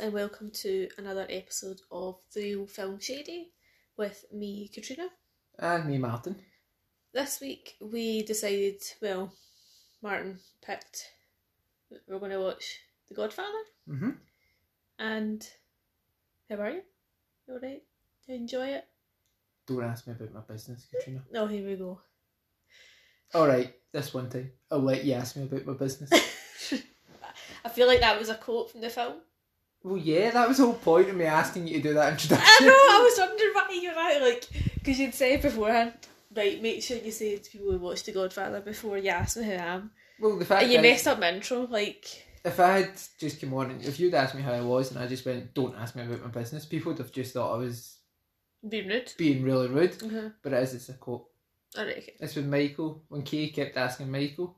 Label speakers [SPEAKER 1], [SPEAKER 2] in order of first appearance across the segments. [SPEAKER 1] and welcome to another episode of The Real Film Shady with me, Katrina.
[SPEAKER 2] And Uh, me, Martin.
[SPEAKER 1] This week we decided, well, Martin picked that we're going to watch The Godfather.
[SPEAKER 2] Mm-hmm.
[SPEAKER 1] And how are you? You alright? Do you enjoy it?
[SPEAKER 2] Don't ask me about my business, Katrina.
[SPEAKER 1] No, here we go.
[SPEAKER 2] All right, this one time. I'll let you ask me about my business.
[SPEAKER 1] I feel like that was a quote from the film.
[SPEAKER 2] well, yeah, that was the whole point of me asking you to do that introduction.
[SPEAKER 1] I know, I was wondering why you were out, like, because you'd said beforehand, right, make sure you say to people who watch The Godfather before you ask me who I am.
[SPEAKER 2] Well, the fact
[SPEAKER 1] And Uh, you
[SPEAKER 2] is,
[SPEAKER 1] messed up my intro, like,
[SPEAKER 2] if I had just come on and if you'd asked me how I was and I just went, don't ask me about my business, people would have just thought I was
[SPEAKER 1] being rude.
[SPEAKER 2] being really rude.
[SPEAKER 1] Uh-huh.
[SPEAKER 2] But it is, it's a quote.
[SPEAKER 1] I reckon.
[SPEAKER 2] It's with Michael, when Kay kept asking Michael.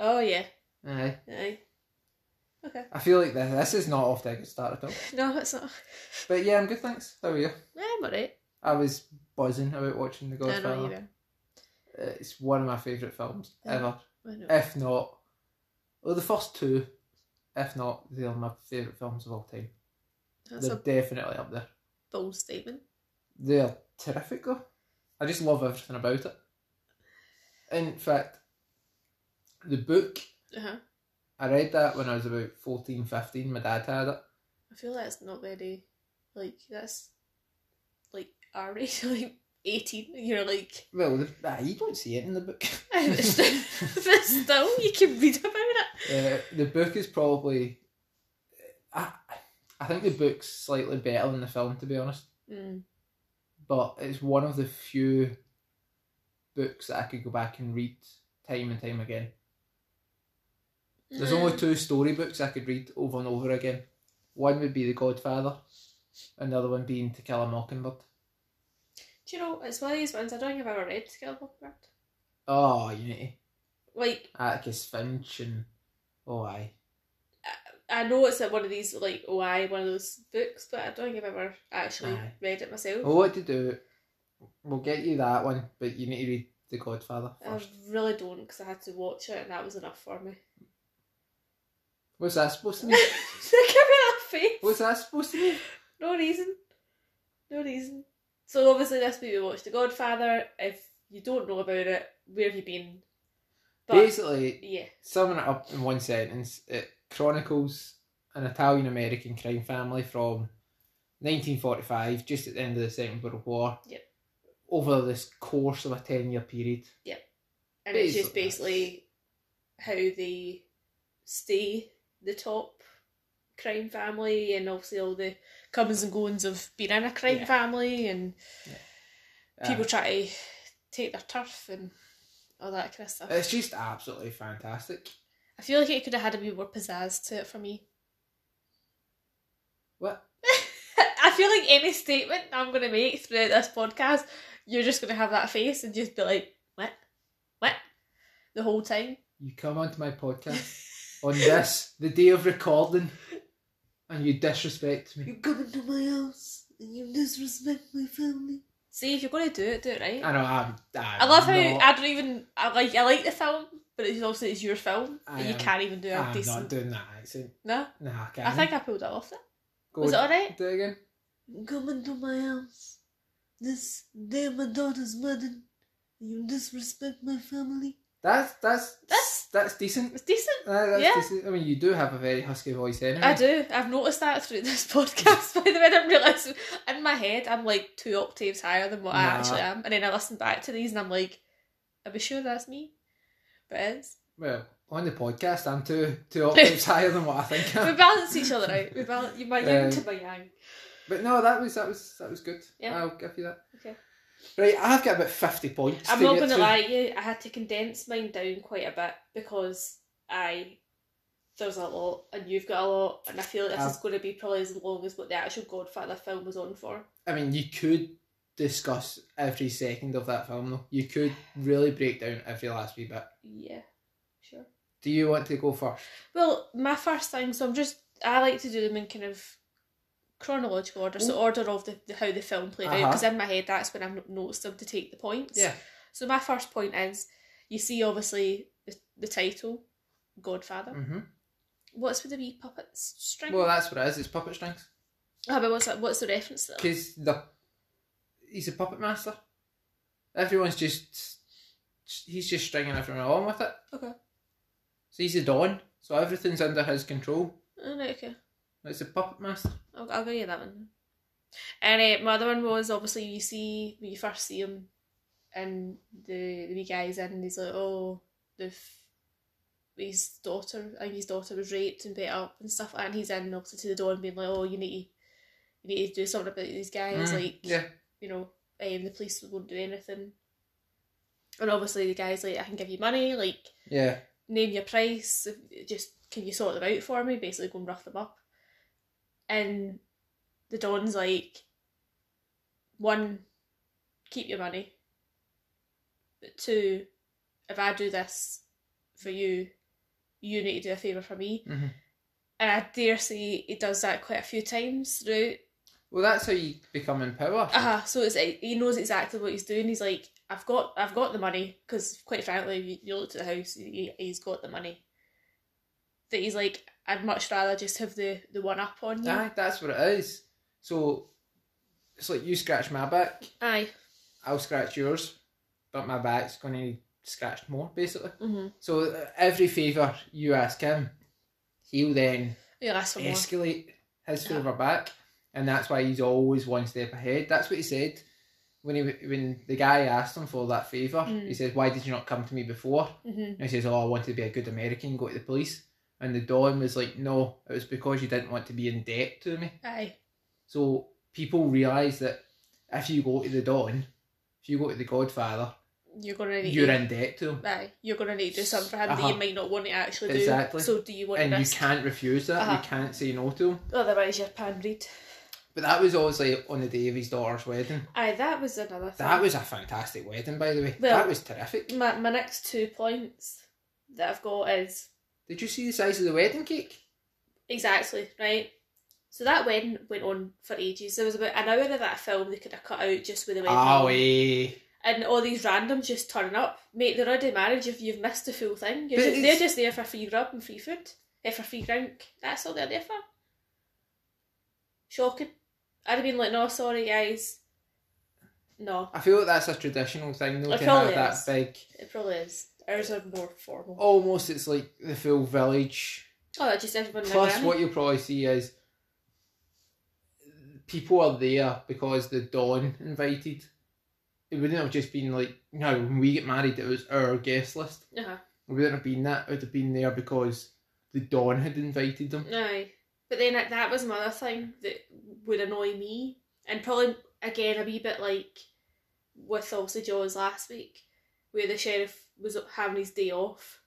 [SPEAKER 1] Oh, yeah.
[SPEAKER 2] Aye.
[SPEAKER 1] Aye. Okay.
[SPEAKER 2] I feel like this, this is not off to a good start at all.
[SPEAKER 1] No, it's not.
[SPEAKER 2] But yeah, I'm good, thanks. How are you?
[SPEAKER 1] Yeah, I'm alright.
[SPEAKER 2] I was buzzing about watching The
[SPEAKER 1] I
[SPEAKER 2] Godfather.
[SPEAKER 1] know you were.
[SPEAKER 2] It's one of my favourite films
[SPEAKER 1] Yeah.
[SPEAKER 2] ever.
[SPEAKER 1] I know.
[SPEAKER 2] If not, well, the first two, if not, they're my favourite films of all time.
[SPEAKER 1] That's
[SPEAKER 2] they're
[SPEAKER 1] a
[SPEAKER 2] definitely up there.
[SPEAKER 1] bold statement.
[SPEAKER 2] They're terrific though. I just love everything about it. In fact, the book,
[SPEAKER 1] Uh-huh.
[SPEAKER 2] I read that when I was about 14, 15. My dad had it.
[SPEAKER 1] I feel that's not very, like, that's, like, our age, like, 18, and you're like,
[SPEAKER 2] Well, the, ah, you don't see it in the book.
[SPEAKER 1] but still, you can read about it.
[SPEAKER 2] Uh, the book is probably. I, I think the book's slightly better than the film, to be honest.
[SPEAKER 1] Mm.
[SPEAKER 2] but it's one of the few books that I could go back and read time and time again. There's
[SPEAKER 1] Mm.
[SPEAKER 2] only two story books I could read over and over again. One would be The Godfather, another one being To Kill a Mockingbird.
[SPEAKER 1] Do you know, it's one of these ones, I don't think I've ever read To Kill a Mockingbird.
[SPEAKER 2] Oh, Unity,
[SPEAKER 1] Like,
[SPEAKER 2] Atticus Finch, and oh, aye.
[SPEAKER 1] I know it's like one of these, like, why one of those books, but I don't think I've ever actually
[SPEAKER 2] Aye. Oh,
[SPEAKER 1] read it myself.
[SPEAKER 2] Well, what to do? We'll get you that one, but you need to read The Godfather
[SPEAKER 1] I
[SPEAKER 2] first.
[SPEAKER 1] really don't because I had to watch it and that was enough for me.
[SPEAKER 2] What's that supposed to
[SPEAKER 1] Look
[SPEAKER 2] mean?
[SPEAKER 1] at that face.
[SPEAKER 2] What's that supposed to mean?
[SPEAKER 1] No reason. No reason. So obviously this week we watched The Godfather. If you don't know about it, where have you been? But
[SPEAKER 2] Basically,
[SPEAKER 1] yeah,
[SPEAKER 2] summing it up in one sentence, it chronicles an Italian American crime family from 1945, just at the end of the Second World War,
[SPEAKER 1] Yep.
[SPEAKER 2] over this course of a 10 year period.
[SPEAKER 1] and it's just
[SPEAKER 2] Basically.
[SPEAKER 1] basically how they stay the top crime family and obviously all the comings and goings of being in a crime
[SPEAKER 2] Yeah.
[SPEAKER 1] family and
[SPEAKER 2] Uh,
[SPEAKER 1] people try to take their turf and all that kind of stuff.
[SPEAKER 2] it's just absolutely fantastic.
[SPEAKER 1] I feel like it could have had a bit more pizzazz to it for me.
[SPEAKER 2] What?
[SPEAKER 1] I feel like any statement I'm going to make throughout this podcast, you're just going to have that face and just be like, what? What? The whole time.
[SPEAKER 2] You come onto my podcast on this, the day of recording, and you disrespect me.
[SPEAKER 1] coming to my house and you disrespect my family. See, if you're going to do it, do it right.
[SPEAKER 2] I know, I'm. I'm
[SPEAKER 1] I love how
[SPEAKER 2] not-
[SPEAKER 1] I don't even. I like I like the film, but it's also it's your film,
[SPEAKER 2] I
[SPEAKER 1] and you
[SPEAKER 2] am-
[SPEAKER 1] can't even do a
[SPEAKER 2] I'm
[SPEAKER 1] decent.
[SPEAKER 2] not doing that accent.
[SPEAKER 1] no,
[SPEAKER 2] Nah, I can't.
[SPEAKER 1] I think I pulled it off. It
[SPEAKER 2] Go
[SPEAKER 1] was it alright?
[SPEAKER 2] Do it again.
[SPEAKER 1] Come into my house. This day of my daughter's wedding. You disrespect my family.
[SPEAKER 2] That's that's
[SPEAKER 1] That's-
[SPEAKER 2] that's decent.
[SPEAKER 1] It's decent.
[SPEAKER 2] Uh, that's
[SPEAKER 1] Yeah.
[SPEAKER 2] decent. I mean, you do have a very husky voice anyway.
[SPEAKER 1] I do. I've noticed that through this podcast. By the way, I didn't realise in my head I'm like two octaves higher than what I
[SPEAKER 2] Nah.
[SPEAKER 1] actually am. And then I listen back to these and I'm like, are we sure that's me? But it is.
[SPEAKER 2] Well, on the podcast, I'm two two octaves higher than what I think. I
[SPEAKER 1] We
[SPEAKER 2] am.
[SPEAKER 1] balance each other out. We balance you my yin
[SPEAKER 2] Um,
[SPEAKER 1] to my yang.
[SPEAKER 2] But no, that was that was that was good.
[SPEAKER 1] Yeah.
[SPEAKER 2] I'll give you that.
[SPEAKER 1] Okay.
[SPEAKER 2] Right, I've got about fifty points.
[SPEAKER 1] I'm
[SPEAKER 2] to
[SPEAKER 1] not
[SPEAKER 2] get
[SPEAKER 1] going to
[SPEAKER 2] through.
[SPEAKER 1] lie to you, I had to condense mine down quite a bit because I there's a lot and you've got a lot and I feel like this
[SPEAKER 2] Um,
[SPEAKER 1] is going to be probably as long as what the actual Godfather film was on for.
[SPEAKER 2] I mean, you could discuss every second of that film, though. You could really break down every last wee bit.
[SPEAKER 1] Yeah, sure.
[SPEAKER 2] Do you want to go first?
[SPEAKER 1] Well, my first thing, so I'm just I like to do them in kind of chronological order, so order of the, the how the film played out, 'cause out.
[SPEAKER 2] Uh-huh.
[SPEAKER 1] Because in my head, that's when I've no- noticed them to take the points. So my first point is, you see obviously the, the title, Godfather.
[SPEAKER 2] Mm-hmm.
[SPEAKER 1] What's with the wee puppet string?
[SPEAKER 2] Well, that's what it is. It's puppet strings.
[SPEAKER 1] oh, but what's that? What's the reference to that?
[SPEAKER 2] Because the he's a puppet master. Everyone's just he's just stringing everyone along with it.
[SPEAKER 1] Okay.
[SPEAKER 2] So he's the Don. So everything's under his control.
[SPEAKER 1] Oh, no, okay.
[SPEAKER 2] It's a puppet master.
[SPEAKER 1] I'll, I'll give you that one. And uh, my other one was obviously you see when you first see him, and the the wee guy's in, and he's like, oh, the f- his daughter, I think his daughter was raped and beat up and stuff, like that. and he's in obviously to the door and being like, oh, you need to, you need to do something about these guys,
[SPEAKER 2] Mm,
[SPEAKER 1] like
[SPEAKER 2] yeah.
[SPEAKER 1] you know, um, the police won't do anything. And obviously the guy's like, I can give you money, like
[SPEAKER 2] Yeah.
[SPEAKER 1] name your price. if- Just can you sort them out for me? Basically, go and rough them up. And the Don's like, one, keep your money. But two, if I do this for you, you need to do a favour for me.
[SPEAKER 2] Mhm.
[SPEAKER 1] And I dare say he does that quite a few times throughout
[SPEAKER 2] Well, that's how you become in power.
[SPEAKER 1] uh huh. So it's like, he knows exactly what he's doing. He's like, I've got, I've got the money because, quite frankly, you, you look at the house, he, he's got the money. That he's like, I'd much rather just have the the one up on you.
[SPEAKER 2] Aye, that's what it is. So it's like you scratch my back,
[SPEAKER 1] Aye.
[SPEAKER 2] I'll scratch yours, but my back's going to need scratched more, basically.
[SPEAKER 1] Mhm.
[SPEAKER 2] So uh, every favour you ask him, he'll then
[SPEAKER 1] He'll ask for more.
[SPEAKER 2] escalate his
[SPEAKER 1] Yeah.
[SPEAKER 2] favour back, and that's why he's always one step ahead. That's what he said when he when the guy asked him for that favour.
[SPEAKER 1] Mm.
[SPEAKER 2] He says, "Why did you not come to me before?"
[SPEAKER 1] Mhm.
[SPEAKER 2] And he says, "Oh, I wanted to be a good American, go to the police." And the Don was like, "No, it was because you didn't want to be in debt to me."
[SPEAKER 1] Aye.
[SPEAKER 2] So people realise that if you go to the Don, if you go to the Godfather,
[SPEAKER 1] You're gonna need.
[SPEAKER 2] you're in debt to him,
[SPEAKER 1] Aye. You're gonna need to do something for him that
[SPEAKER 2] Uh-huh.
[SPEAKER 1] you might not want to actually do.
[SPEAKER 2] Exactly.
[SPEAKER 1] So do you want
[SPEAKER 2] and you
[SPEAKER 1] this?
[SPEAKER 2] can't refuse that.
[SPEAKER 1] Uh-huh.
[SPEAKER 2] You can't say no to him.
[SPEAKER 1] Otherwise, you're pan-read.
[SPEAKER 2] But that was obviously on the day of his daughter's wedding.
[SPEAKER 1] Aye, that was another thing.
[SPEAKER 2] That was a fantastic wedding, by the way.
[SPEAKER 1] Well-
[SPEAKER 2] that was terrific.
[SPEAKER 1] my my next two points that I've got is
[SPEAKER 2] Did you see the size of the wedding cake?
[SPEAKER 1] Exactly, right? So that wedding went on for ages. There was about an hour of that film they could have cut out just with the wedding.
[SPEAKER 2] Oh,
[SPEAKER 1] on.
[SPEAKER 2] eh.
[SPEAKER 1] And all these randoms just turning up. Mate, they're already married if you've missed the full thing. You're
[SPEAKER 2] But
[SPEAKER 1] just,
[SPEAKER 2] it's-
[SPEAKER 1] they're just there for free grub and free food. Eh, for free drink. That's all they're there for. Shocking. I'd have been like, no, sorry guys. No,
[SPEAKER 2] I feel like that's a traditional thing, though,
[SPEAKER 1] It
[SPEAKER 2] to have
[SPEAKER 1] probably
[SPEAKER 2] that
[SPEAKER 1] is.
[SPEAKER 2] big.
[SPEAKER 1] it probably is. Ours are more
[SPEAKER 2] Oh.
[SPEAKER 1] formal.
[SPEAKER 2] Almost, it's like the full village.
[SPEAKER 1] Oh, that's just everyone in their
[SPEAKER 2] Plus,
[SPEAKER 1] granny.
[SPEAKER 2] what you'll probably see is people are there because the Don invited. It wouldn't have just been like, no, when we get married, it was our guest list.
[SPEAKER 1] Uh-huh.
[SPEAKER 2] It wouldn't have been that. It would have been there because the Don had invited them.
[SPEAKER 1] Aye. But then that- that was another thing that would annoy me, and probably again a wee bit like with also Jaws last week, where the sheriff was having his day off,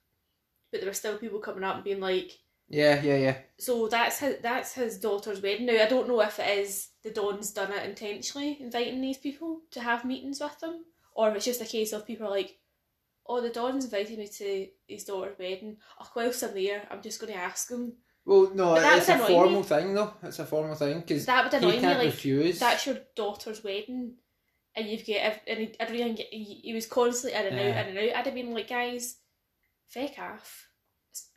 [SPEAKER 1] but there were still people coming up and being like,
[SPEAKER 2] Yeah, yeah, yeah.
[SPEAKER 1] "So that's his, that's his daughter's wedding." Now I don't know if it is the Don's done it intentionally, inviting these people to have meetings with them, or if it's just a case of people are like, "Oh, the Don's invited me to his daughter's wedding. Oh, whilst I'm there, I'm just going to ask him."
[SPEAKER 2] Well, no,
[SPEAKER 1] But that
[SPEAKER 2] it's
[SPEAKER 1] would
[SPEAKER 2] a
[SPEAKER 1] annoy
[SPEAKER 2] formal thing though. It's a formal thing because
[SPEAKER 1] That would
[SPEAKER 2] he
[SPEAKER 1] annoy me.
[SPEAKER 2] can't
[SPEAKER 1] Like
[SPEAKER 2] refuse.
[SPEAKER 1] that's your daughter's wedding, and you've got ev- and he- everything. He, he was constantly in and
[SPEAKER 2] Yeah.
[SPEAKER 1] out, in and out. I'd have been like, guys, feck off.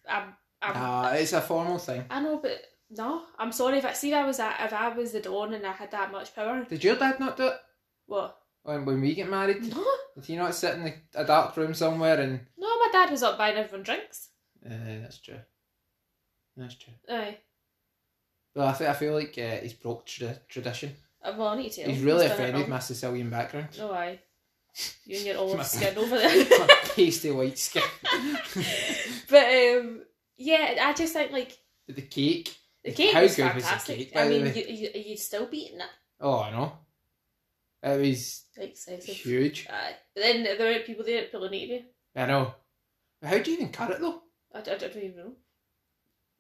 [SPEAKER 1] I'm, I'm,
[SPEAKER 2] Nah, Ah, it's a formal thing.
[SPEAKER 1] I know, but no, I'm sorry. If I see, if I was at, if I was the dawn and I had that much power,
[SPEAKER 2] Did your dad not do it
[SPEAKER 1] what?
[SPEAKER 2] when, when we get married?
[SPEAKER 1] No,
[SPEAKER 2] Did he not sit in the, a dark room somewhere and?
[SPEAKER 1] no, my dad was up buying everyone drinks.
[SPEAKER 2] Uh, that's true. That's true.
[SPEAKER 1] Aye,
[SPEAKER 2] Well, I feel I feel like uh, he's broke tra- tradition.
[SPEAKER 1] Uh, well, I need to. tell
[SPEAKER 2] he's
[SPEAKER 1] him.
[SPEAKER 2] really
[SPEAKER 1] done it
[SPEAKER 2] offended
[SPEAKER 1] wrong.
[SPEAKER 2] my Sicilian background.
[SPEAKER 1] No, aye. You and your olive
[SPEAKER 2] My-
[SPEAKER 1] skin over there.
[SPEAKER 2] my pasty white skin.
[SPEAKER 1] but um, yeah, I just think like
[SPEAKER 2] But the cake.
[SPEAKER 1] the cake
[SPEAKER 2] How
[SPEAKER 1] was
[SPEAKER 2] good was the
[SPEAKER 1] fantastic.
[SPEAKER 2] cake, by
[SPEAKER 1] I
[SPEAKER 2] the
[SPEAKER 1] mean,
[SPEAKER 2] way?
[SPEAKER 1] you, you, you'd still be eating it.
[SPEAKER 2] Oh, I know. It was
[SPEAKER 1] Excessive.
[SPEAKER 2] huge.
[SPEAKER 1] Aye. But then there were people there at Pillinaria.
[SPEAKER 2] I know. But how do you even cut it though?
[SPEAKER 1] I, I, I don't even know.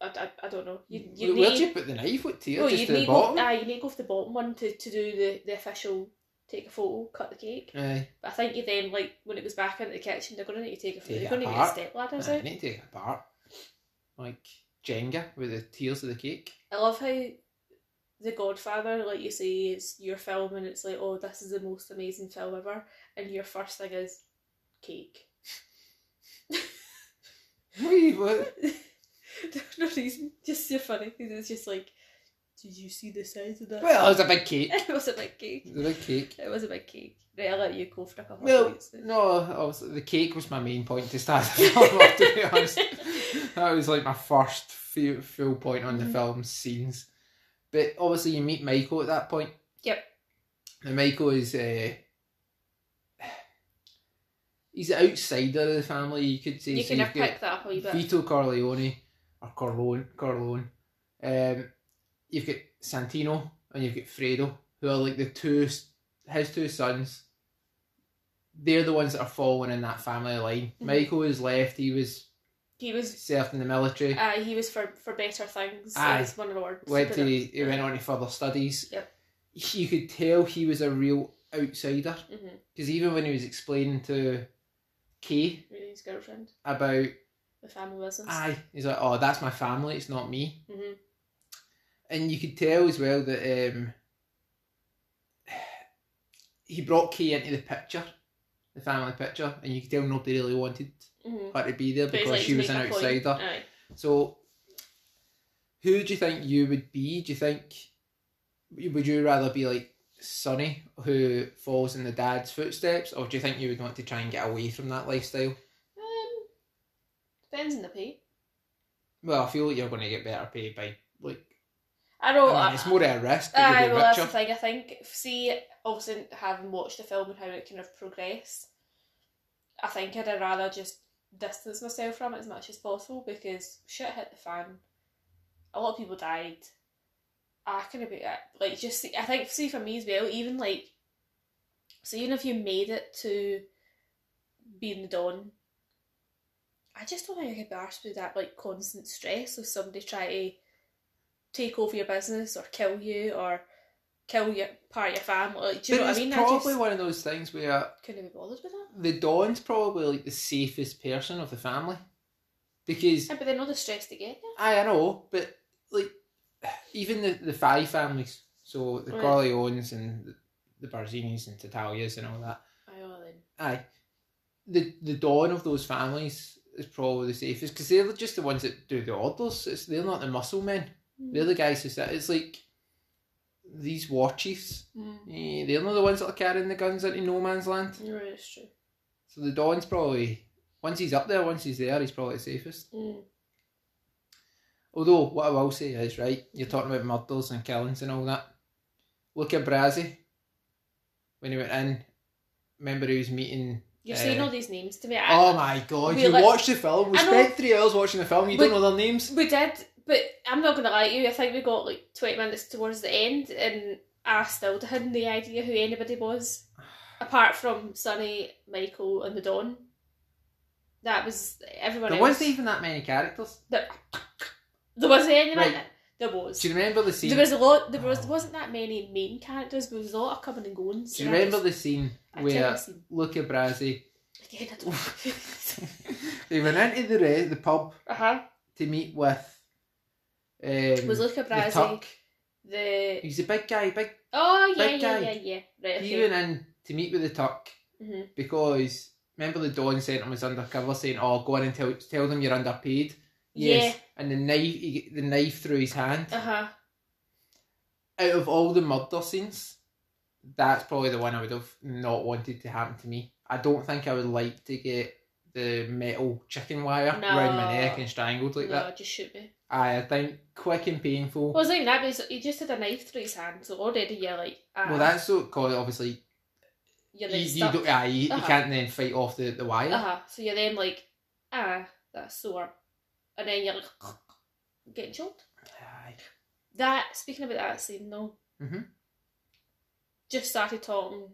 [SPEAKER 1] I, I, I don't know. You,
[SPEAKER 2] Where-
[SPEAKER 1] you
[SPEAKER 2] Where'd
[SPEAKER 1] need,
[SPEAKER 2] you put the knife? What tier?
[SPEAKER 1] no,
[SPEAKER 2] Just
[SPEAKER 1] you
[SPEAKER 2] to the
[SPEAKER 1] need go,
[SPEAKER 2] bottom.
[SPEAKER 1] aye, you need to go for the bottom one to, to do the, the official take a photo, cut the cake.
[SPEAKER 2] Aye.
[SPEAKER 1] But I think you then, like, when it goes back into the kitchen, they're going to need to take a photo.
[SPEAKER 2] Take
[SPEAKER 1] They're
[SPEAKER 2] it
[SPEAKER 1] going to need to
[SPEAKER 2] apart.
[SPEAKER 1] step ladders
[SPEAKER 2] I
[SPEAKER 1] out.
[SPEAKER 2] need to take it apart. Like Jenga with the tiers of the cake.
[SPEAKER 1] I love how The Godfather, like you say, it's your film and it's like, oh, this is the most amazing film ever. And your first thing is cake.
[SPEAKER 2] Wait, what?
[SPEAKER 1] There's no reason. Just so funny because it's just like, did you see the size of that?
[SPEAKER 2] Well, it's a big cake.
[SPEAKER 1] it was a big cake.
[SPEAKER 2] It's a big cake.
[SPEAKER 1] It was a big cake. Right, I'll let you go for a couple
[SPEAKER 2] Well,
[SPEAKER 1] of minutes.
[SPEAKER 2] No, obviously the cake was my main point to start the film off. To be honest, that was like my first full, full point on the
[SPEAKER 1] Mhm.
[SPEAKER 2] film's scenes. But obviously, you meet Michael at that point.
[SPEAKER 1] Yep.
[SPEAKER 2] And Michael is uh, he's the outsider of the family. You could say
[SPEAKER 1] You
[SPEAKER 2] so
[SPEAKER 1] can
[SPEAKER 2] you've
[SPEAKER 1] have
[SPEAKER 2] got-
[SPEAKER 1] picked that up a wee bit.
[SPEAKER 2] Vito e Corleone or Corleone, Corleone. Um, you've got Santino and you've got Fredo, who are like the two his two sons. They're the ones that are following in that family line.
[SPEAKER 1] Mhm.
[SPEAKER 2] Michael was left; he was
[SPEAKER 1] He was,
[SPEAKER 2] served in the military.
[SPEAKER 1] uh, he was for for better things.
[SPEAKER 2] Aye.
[SPEAKER 1] Is one of the words.
[SPEAKER 2] went
[SPEAKER 1] But,
[SPEAKER 2] to
[SPEAKER 1] uh,
[SPEAKER 2] he went on to further studies.
[SPEAKER 1] Yep.
[SPEAKER 2] You could tell he was a real outsider
[SPEAKER 1] mhm,
[SPEAKER 2] because even when he was explaining to Kay
[SPEAKER 1] with his girlfriend,
[SPEAKER 2] about,
[SPEAKER 1] the family business.
[SPEAKER 2] aye, he's like, "Oh, that's my family. It's not me."
[SPEAKER 1] hmm
[SPEAKER 2] and you could tell as well that um, he brought Kay into the picture, the family picture, and you could tell nobody really wanted
[SPEAKER 1] hmm
[SPEAKER 2] her to be there because she was an outsider.
[SPEAKER 1] Aye.
[SPEAKER 2] So, who do you think you would be? Do you think would you rather be like Sonny, who falls in the dad's footsteps, or do you think you would want to try and get away from that lifestyle?
[SPEAKER 1] Um, depends on the pay.
[SPEAKER 2] Well, I feel like you're going to get better paid by like.
[SPEAKER 1] I don't.
[SPEAKER 2] I
[SPEAKER 1] I
[SPEAKER 2] mean, it's more of a risk. but
[SPEAKER 1] Aye,
[SPEAKER 2] you'll be
[SPEAKER 1] well, that's the thing. Oh, I
[SPEAKER 2] richer.
[SPEAKER 1] think see, obviously, having watched the film and how it kind of progressed, I think I'd rather just distance myself from it as much as possible because shit hit the fan. A lot of people died. I kind of be I- like just see, I think see for me as well. Even like, so even if you made it to being the Don, I just don't think I could be arsed with that like constant stress of somebody trying to take over your business or kill you or kill your part of your family. Like, do you know
[SPEAKER 2] But
[SPEAKER 1] what I
[SPEAKER 2] it's
[SPEAKER 1] mean? I
[SPEAKER 2] probably
[SPEAKER 1] just
[SPEAKER 2] one of those things where
[SPEAKER 1] couldn't be bothered with that.
[SPEAKER 2] the Dawn's probably like the safest person of the family. Because
[SPEAKER 1] Yeah, but they're not the stress to get there.
[SPEAKER 2] I, I know, but like even the, the five families, so the
[SPEAKER 1] Right.
[SPEAKER 2] Corleones and the, the Barzinis and Tatalias and all that.
[SPEAKER 1] I know then.
[SPEAKER 2] Aye. The the dawn of those families is probably the safest because they're just the ones that do the orders. It's they're not the muscle men. They're the guys who sit it's like these war chiefs.
[SPEAKER 1] Mm.
[SPEAKER 2] eh, They're not the ones that are carrying the guns into no man's land.
[SPEAKER 1] Right, it's true.
[SPEAKER 2] So the Dawn's probably once he's up there, once he's there, he's probably the safest.
[SPEAKER 1] Mm.
[SPEAKER 2] Although what I will say is right, you're talking about murders and killings and all that. Look at Brazzy when he went in. Remember he was meeting.
[SPEAKER 1] You're
[SPEAKER 2] Uh,
[SPEAKER 1] saying all these names to me. I,
[SPEAKER 2] Oh my god!
[SPEAKER 1] we
[SPEAKER 2] You
[SPEAKER 1] like-
[SPEAKER 2] watched the film. We
[SPEAKER 1] I know-
[SPEAKER 2] spent three hours watching the film.
[SPEAKER 1] We-
[SPEAKER 2] You don't know their names.
[SPEAKER 1] We did, but I'm not gonna lie to you. I think we got like 20 minutes towards the end, and I still hadn't the idea who anybody was, apart from Sonny, Michael, and the Don. That was everyone
[SPEAKER 2] There
[SPEAKER 1] else.
[SPEAKER 2] wasn't even that many characters.
[SPEAKER 1] There, there wasn't any
[SPEAKER 2] Right.
[SPEAKER 1] man- There was.
[SPEAKER 2] Do you remember the scene?
[SPEAKER 1] There was a lot. There was
[SPEAKER 2] Oh.
[SPEAKER 1] wasn't that many main characters, but there was a lot of coming and going.
[SPEAKER 2] Do you remember the scene where Luca Brasi
[SPEAKER 1] Again, I don't.
[SPEAKER 2] he went into the re- the pub
[SPEAKER 1] uh huh.
[SPEAKER 2] to meet with? Um,
[SPEAKER 1] Was Luca
[SPEAKER 2] the
[SPEAKER 1] Brasi
[SPEAKER 2] Turk.
[SPEAKER 1] the?
[SPEAKER 2] He's a big guy, big.
[SPEAKER 1] Oh yeah,
[SPEAKER 2] Big
[SPEAKER 1] yeah,
[SPEAKER 2] guy.
[SPEAKER 1] yeah, yeah. Right.
[SPEAKER 2] He
[SPEAKER 1] Okay.
[SPEAKER 2] went in to meet with the Turk
[SPEAKER 1] Mhm.
[SPEAKER 2] because remember the Dawn sent him as undercover, saying, "Oh, go in and tell tell them you're underpaid."
[SPEAKER 1] Yeah.
[SPEAKER 2] And the knife, he, the knife through his hand.
[SPEAKER 1] Uh huh.
[SPEAKER 2] Out of all the murder scenes, that's probably the one I would have not wanted to happen to me. I don't think I would like to get the metal chicken wire
[SPEAKER 1] No.
[SPEAKER 2] round my neck and strangled like
[SPEAKER 1] no,
[SPEAKER 2] that.
[SPEAKER 1] just shoot me.
[SPEAKER 2] Aye, I think quick and painful.
[SPEAKER 1] Well, it's not even that. But it's- he just had a knife through his hand, so already you're like. Ah,
[SPEAKER 2] Well, that's so because obviously
[SPEAKER 1] You're
[SPEAKER 2] you,
[SPEAKER 1] then
[SPEAKER 2] you, don't, aye, you, you
[SPEAKER 1] Uh-huh.
[SPEAKER 2] can't then fight off the, the wire.
[SPEAKER 1] Uh huh. So you're then like, ah, that's sore, and then you're like, getting choked.
[SPEAKER 2] Aye.
[SPEAKER 1] That speaking about that scene though,
[SPEAKER 2] Mhm.
[SPEAKER 1] just started talking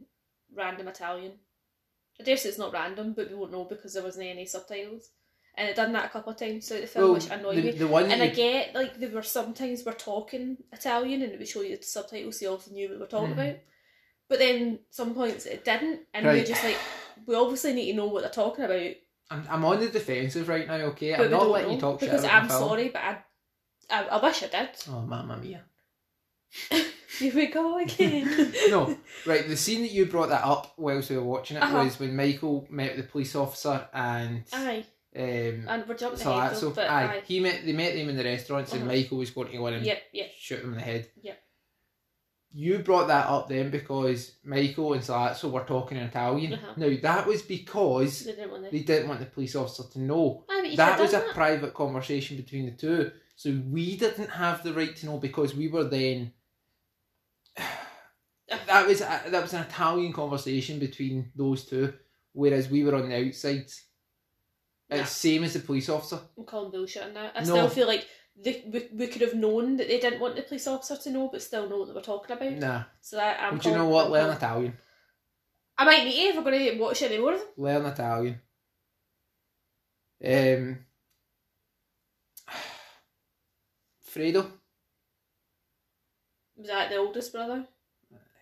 [SPEAKER 1] random Italian. I dare say it's not random, but we won't know because there wasn't any subtitles, and it done that a couple of times throughout the film,
[SPEAKER 2] Well,
[SPEAKER 1] which annoyed
[SPEAKER 2] the,
[SPEAKER 1] me.
[SPEAKER 2] the one
[SPEAKER 1] And I
[SPEAKER 2] that you,
[SPEAKER 1] get like there were sometimes we're talking Italian and it would show you the subtitles, so you obviously knew what we were talking
[SPEAKER 2] Mhm.
[SPEAKER 1] about. But then some points it didn't, and we
[SPEAKER 2] Right.
[SPEAKER 1] just like we obviously need to know what they're talking about.
[SPEAKER 2] I'm, I'm on the defensive right now. Okay,
[SPEAKER 1] but
[SPEAKER 2] I'm
[SPEAKER 1] we
[SPEAKER 2] not
[SPEAKER 1] don't
[SPEAKER 2] letting
[SPEAKER 1] know,
[SPEAKER 2] you talk shit
[SPEAKER 1] because
[SPEAKER 2] about
[SPEAKER 1] I'm
[SPEAKER 2] the film.
[SPEAKER 1] sorry, but I, I I wish I did.
[SPEAKER 2] Oh, mamma mia!
[SPEAKER 1] Here we go again.
[SPEAKER 2] no, right. The scene that you brought that up whilst we were watching it
[SPEAKER 1] Uh-huh.
[SPEAKER 2] was when Michael met the police officer and
[SPEAKER 1] Aye.
[SPEAKER 2] Um,
[SPEAKER 1] And we're jumping
[SPEAKER 2] so
[SPEAKER 1] ahead
[SPEAKER 2] that,
[SPEAKER 1] though,
[SPEAKER 2] so
[SPEAKER 1] but
[SPEAKER 2] aye,
[SPEAKER 1] aye.
[SPEAKER 2] he met they met him in the restaurants, and
[SPEAKER 1] Uh-huh.
[SPEAKER 2] Michael was going to go in and
[SPEAKER 1] Yeah, yeah.
[SPEAKER 2] shoot him in the head.
[SPEAKER 1] Yeah.
[SPEAKER 2] You brought that up then because Michael and Salazzo were talking in Italian.
[SPEAKER 1] Uh-huh.
[SPEAKER 2] Now that was because
[SPEAKER 1] They didn't want to.
[SPEAKER 2] they didn't want the police officer to know.
[SPEAKER 1] Aye, but you
[SPEAKER 2] that was a
[SPEAKER 1] that.
[SPEAKER 2] private conversation between the two. So we didn't have the right to know because we were then. that was a, that was an Italian conversation between those two, whereas we were on the outsides. It's
[SPEAKER 1] Nah.
[SPEAKER 2] same as the police officer.
[SPEAKER 1] I'm calling bullshit on that. I
[SPEAKER 2] No.
[SPEAKER 1] still feel like they, we, we could have known that they didn't want the police officer to know, but still know what they were talking about.
[SPEAKER 2] Nah.
[SPEAKER 1] So that I'm.
[SPEAKER 2] But you know
[SPEAKER 1] calling-
[SPEAKER 2] what?
[SPEAKER 1] I'm calling-
[SPEAKER 2] Learn Italian.
[SPEAKER 1] I might need it if we're going to watch any more of them.
[SPEAKER 2] Learn Italian. Um. Fredo,
[SPEAKER 1] Was that the oldest brother?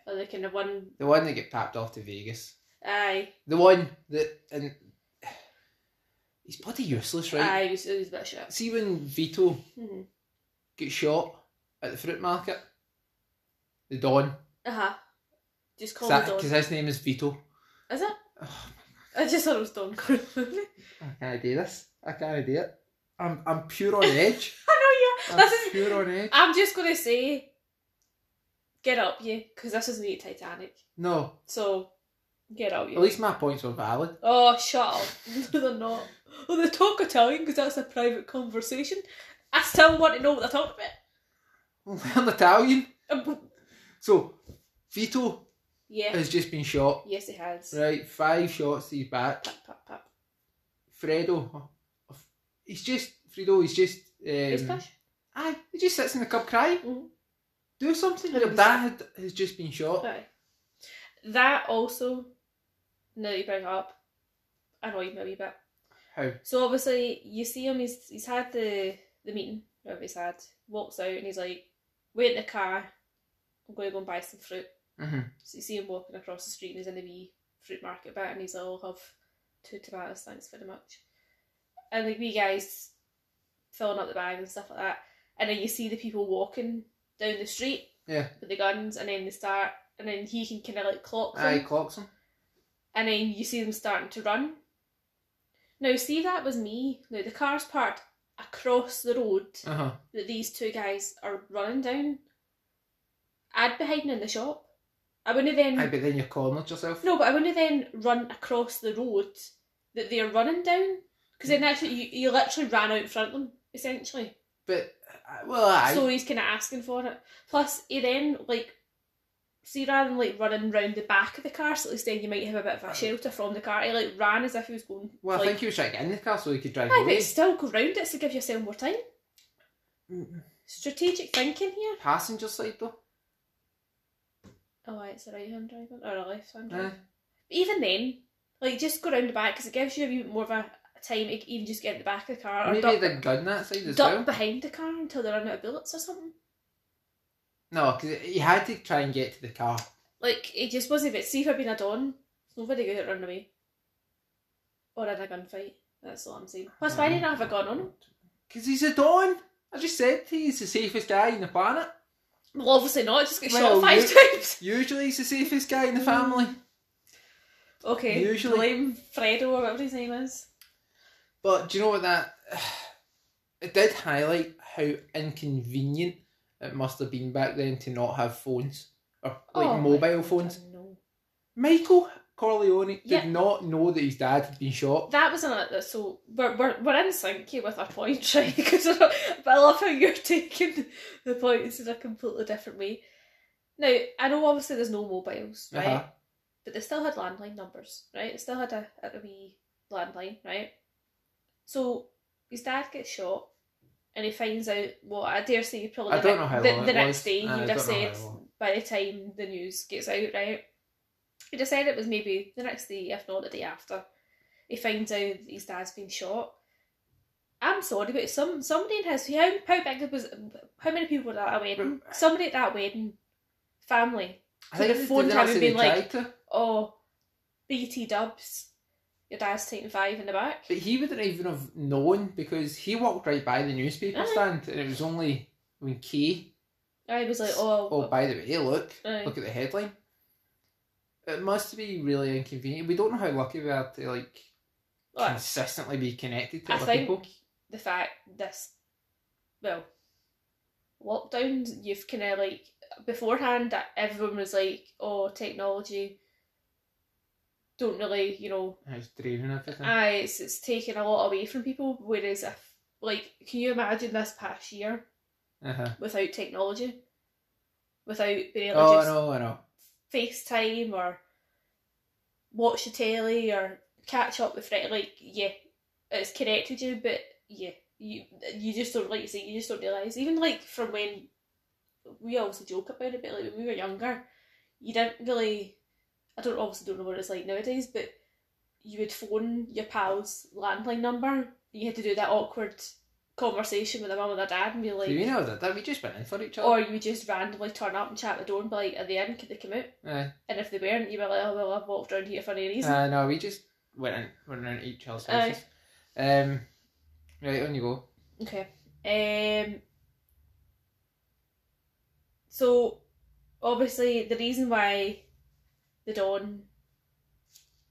[SPEAKER 1] Or the kind of one?
[SPEAKER 2] the one that got papped off to Vegas.
[SPEAKER 1] Aye,
[SPEAKER 2] The one that and he's bloody useless, right?
[SPEAKER 1] aye, he was, he was a bit shit.
[SPEAKER 2] See when Vito
[SPEAKER 1] Mhm.
[SPEAKER 2] got shot at the fruit market, the Don,
[SPEAKER 1] Uh huh. Just call me Don.
[SPEAKER 2] because his name is Vito.
[SPEAKER 1] Is it?
[SPEAKER 2] Oh,
[SPEAKER 1] I just thought it was Don Corleone.
[SPEAKER 2] I can't do this. I can't do it. I'm I'm pure on edge.
[SPEAKER 1] I know, yeah.
[SPEAKER 2] I'm
[SPEAKER 1] This is.
[SPEAKER 2] pure on edge.
[SPEAKER 1] I'm just gonna say, get up, you, because this is me at Titanic.
[SPEAKER 2] No,
[SPEAKER 1] So, get up,
[SPEAKER 2] at
[SPEAKER 1] you.
[SPEAKER 2] least my points were valid.
[SPEAKER 1] Oh, shut up. No, they're not. Well, they talk Italian because that's a private conversation. I still want to know what they're talking
[SPEAKER 2] I'm Italian.
[SPEAKER 1] about. Um,
[SPEAKER 2] So Vito
[SPEAKER 1] yeah.
[SPEAKER 2] has just been shot.
[SPEAKER 1] Yes, it has.
[SPEAKER 2] Right, five shots to his back.
[SPEAKER 1] Pap, pap, pap.
[SPEAKER 2] Fredo, oh, he's just Fredo. He's just. Um,
[SPEAKER 1] Face push?
[SPEAKER 2] Aye, he just sits in the cub crying.
[SPEAKER 1] Mhm.
[SPEAKER 2] Do something.
[SPEAKER 1] Hundred
[SPEAKER 2] Your dad has just been shot.
[SPEAKER 1] Aye. That also, now that you bring it up, annoyed me a wee bit.
[SPEAKER 2] How?
[SPEAKER 1] So obviously you see him. He's he's had the the meeting. Whatever he's had, walks out and he's like, "Wait in the car. I'm going to go and buy some fruit."
[SPEAKER 2] hmm
[SPEAKER 1] So you see him walking across the street and he's in the wee fruit market bit and he's like, "I'll have two tomatoes, thanks very much." And the wee guys filling up the bag and stuff like that. And then you see the people walking down the street
[SPEAKER 2] Yeah.
[SPEAKER 1] with the guns, and then they start, and then he can kind of like clock them
[SPEAKER 2] Aye, clocks him.
[SPEAKER 1] and then you see them starting to run. Now, see, that was me. Now, the car's parked across the road
[SPEAKER 2] Uh huh.
[SPEAKER 1] that these two guys are running down. I'd be hiding in the shop. I wouldn't then.
[SPEAKER 2] Aye, but then you cornered yourself.
[SPEAKER 1] Mm. No, but I wouldn't then run across the road that they're running down. Because then actually, you, you literally ran out in front of them, essentially.
[SPEAKER 2] But uh, well, aye.
[SPEAKER 1] So he's kind of asking for it. Plus, he then, like, see, rather than like running round the back of the car, so at least then you might have a bit of a shelter from the car. He like ran as if he was going.
[SPEAKER 2] well, I
[SPEAKER 1] like,
[SPEAKER 2] think he was trying to get in the car so he could drive
[SPEAKER 1] Aye,
[SPEAKER 2] away.
[SPEAKER 1] but still go round it to give yourself more time.
[SPEAKER 2] Mm,
[SPEAKER 1] Strategic thinking here.
[SPEAKER 2] Passenger side though.
[SPEAKER 1] Oh, aye, it's a right hand driver or a left hand driver.
[SPEAKER 2] Aye.
[SPEAKER 1] Even then, like just go round the back because it gives you a wee bit more of a time to even just get in the back of the car or
[SPEAKER 2] Maybe
[SPEAKER 1] duck,
[SPEAKER 2] the gun that side as
[SPEAKER 1] duck
[SPEAKER 2] well.
[SPEAKER 1] behind the car until they run out of bullets or something.
[SPEAKER 2] No, because he had to try and get to the car.
[SPEAKER 1] Like it just wasn't. But see if I'd been a don, it's nobody good at running away or in a gunfight. That's all I'm saying. Plus,
[SPEAKER 2] Mm-hmm.
[SPEAKER 1] why didn't I have a gun on him?
[SPEAKER 2] Because he's a don. I just said to you, he's the safest guy on the planet.
[SPEAKER 1] Well, obviously not. I Just get
[SPEAKER 2] Well,
[SPEAKER 1] shot five
[SPEAKER 2] you-
[SPEAKER 1] times.
[SPEAKER 2] Usually, he's the safest guy in the family.
[SPEAKER 1] Okay.
[SPEAKER 2] usually-
[SPEAKER 1] blame Fredo or whatever his name is.
[SPEAKER 2] But do you know what that? It did highlight how inconvenient it must have been back then to not have phones or like
[SPEAKER 1] Oh my
[SPEAKER 2] mobile
[SPEAKER 1] God,
[SPEAKER 2] phones.
[SPEAKER 1] I know.
[SPEAKER 2] Michael Corleone did
[SPEAKER 1] Yeah.
[SPEAKER 2] not know that his dad had been shot.
[SPEAKER 1] That was another. So we're we're, we're in sync here with our point, right? 'Cause I don't- but I love how you're taking the points in a completely different way. Now I know obviously there's no mobiles, right?
[SPEAKER 2] Uh-huh.
[SPEAKER 1] But they still had landline numbers, right? It still had a, a wee landline, right? So his dad gets shot, and he finds out what I dare say you probably
[SPEAKER 2] I don't know how
[SPEAKER 1] the,
[SPEAKER 2] long
[SPEAKER 1] the
[SPEAKER 2] it
[SPEAKER 1] next
[SPEAKER 2] was.
[SPEAKER 1] day
[SPEAKER 2] Aye, I
[SPEAKER 1] you'd have
[SPEAKER 2] don't know how
[SPEAKER 1] said
[SPEAKER 2] long.
[SPEAKER 1] by the time the news gets out, right? He decided it was maybe the next day, if not the day after. He finds out that his dad's been shot. I'm sorry, but some somebody in his how how big was how many people were at that wedding? Somebody at that wedding, family,
[SPEAKER 2] I
[SPEAKER 1] So the
[SPEAKER 2] they-
[SPEAKER 1] phone
[SPEAKER 2] did they
[SPEAKER 1] time
[SPEAKER 2] not
[SPEAKER 1] had
[SPEAKER 2] say
[SPEAKER 1] been
[SPEAKER 2] they
[SPEAKER 1] like-
[SPEAKER 2] tried to?
[SPEAKER 1] Oh, BT dubs. Your dad's taking five in the back.
[SPEAKER 2] But he wouldn't even have known because he walked right by the newspaper
[SPEAKER 1] Aye.
[SPEAKER 2] stand, and it was only when Kay.
[SPEAKER 1] I was like, oh,
[SPEAKER 2] Oh, by the way, look,
[SPEAKER 1] Aye.
[SPEAKER 2] look at the headline. It must be really inconvenient. We don't know how lucky we are to like
[SPEAKER 1] Well,
[SPEAKER 2] consistently be connected to
[SPEAKER 1] I
[SPEAKER 2] other
[SPEAKER 1] think
[SPEAKER 2] people.
[SPEAKER 1] the fact this, well, lockdowns, you've kind of like, beforehand, that everyone was like, oh, technology don't really, you know,
[SPEAKER 2] It's draining everything.
[SPEAKER 1] aye, it's, it's taking a lot away from people. Whereas if, like, can you imagine this past year
[SPEAKER 2] uh-huh.
[SPEAKER 1] without technology? Without being able to
[SPEAKER 2] Oh, I
[SPEAKER 1] just
[SPEAKER 2] know, I know.
[SPEAKER 1] FaceTime or watch the telly or catch up with friends. Like, yeah, it's connected you, but yeah, you you just don't like you say you just don't realise. Even like from when we also joke about it, but like when we were younger, you didn't really. I don't obviously don't know what it's like nowadays, but you would phone your pal's landline number. You had to do that awkward conversation with their mum and their dad and be like,
[SPEAKER 2] Do you know that? that We just went in for each other.
[SPEAKER 1] or you would just randomly turn up and chat at the door and be like, at the end, could they come out?
[SPEAKER 2] Aye.
[SPEAKER 1] And if they weren't, you were like, oh, well, I've walked around here for no reason.
[SPEAKER 2] Uh, no, we just went in, went around to each other's
[SPEAKER 1] Aye.
[SPEAKER 2] houses. Um, right, on you go.
[SPEAKER 1] okay. Um, so, obviously, the reason why the Don,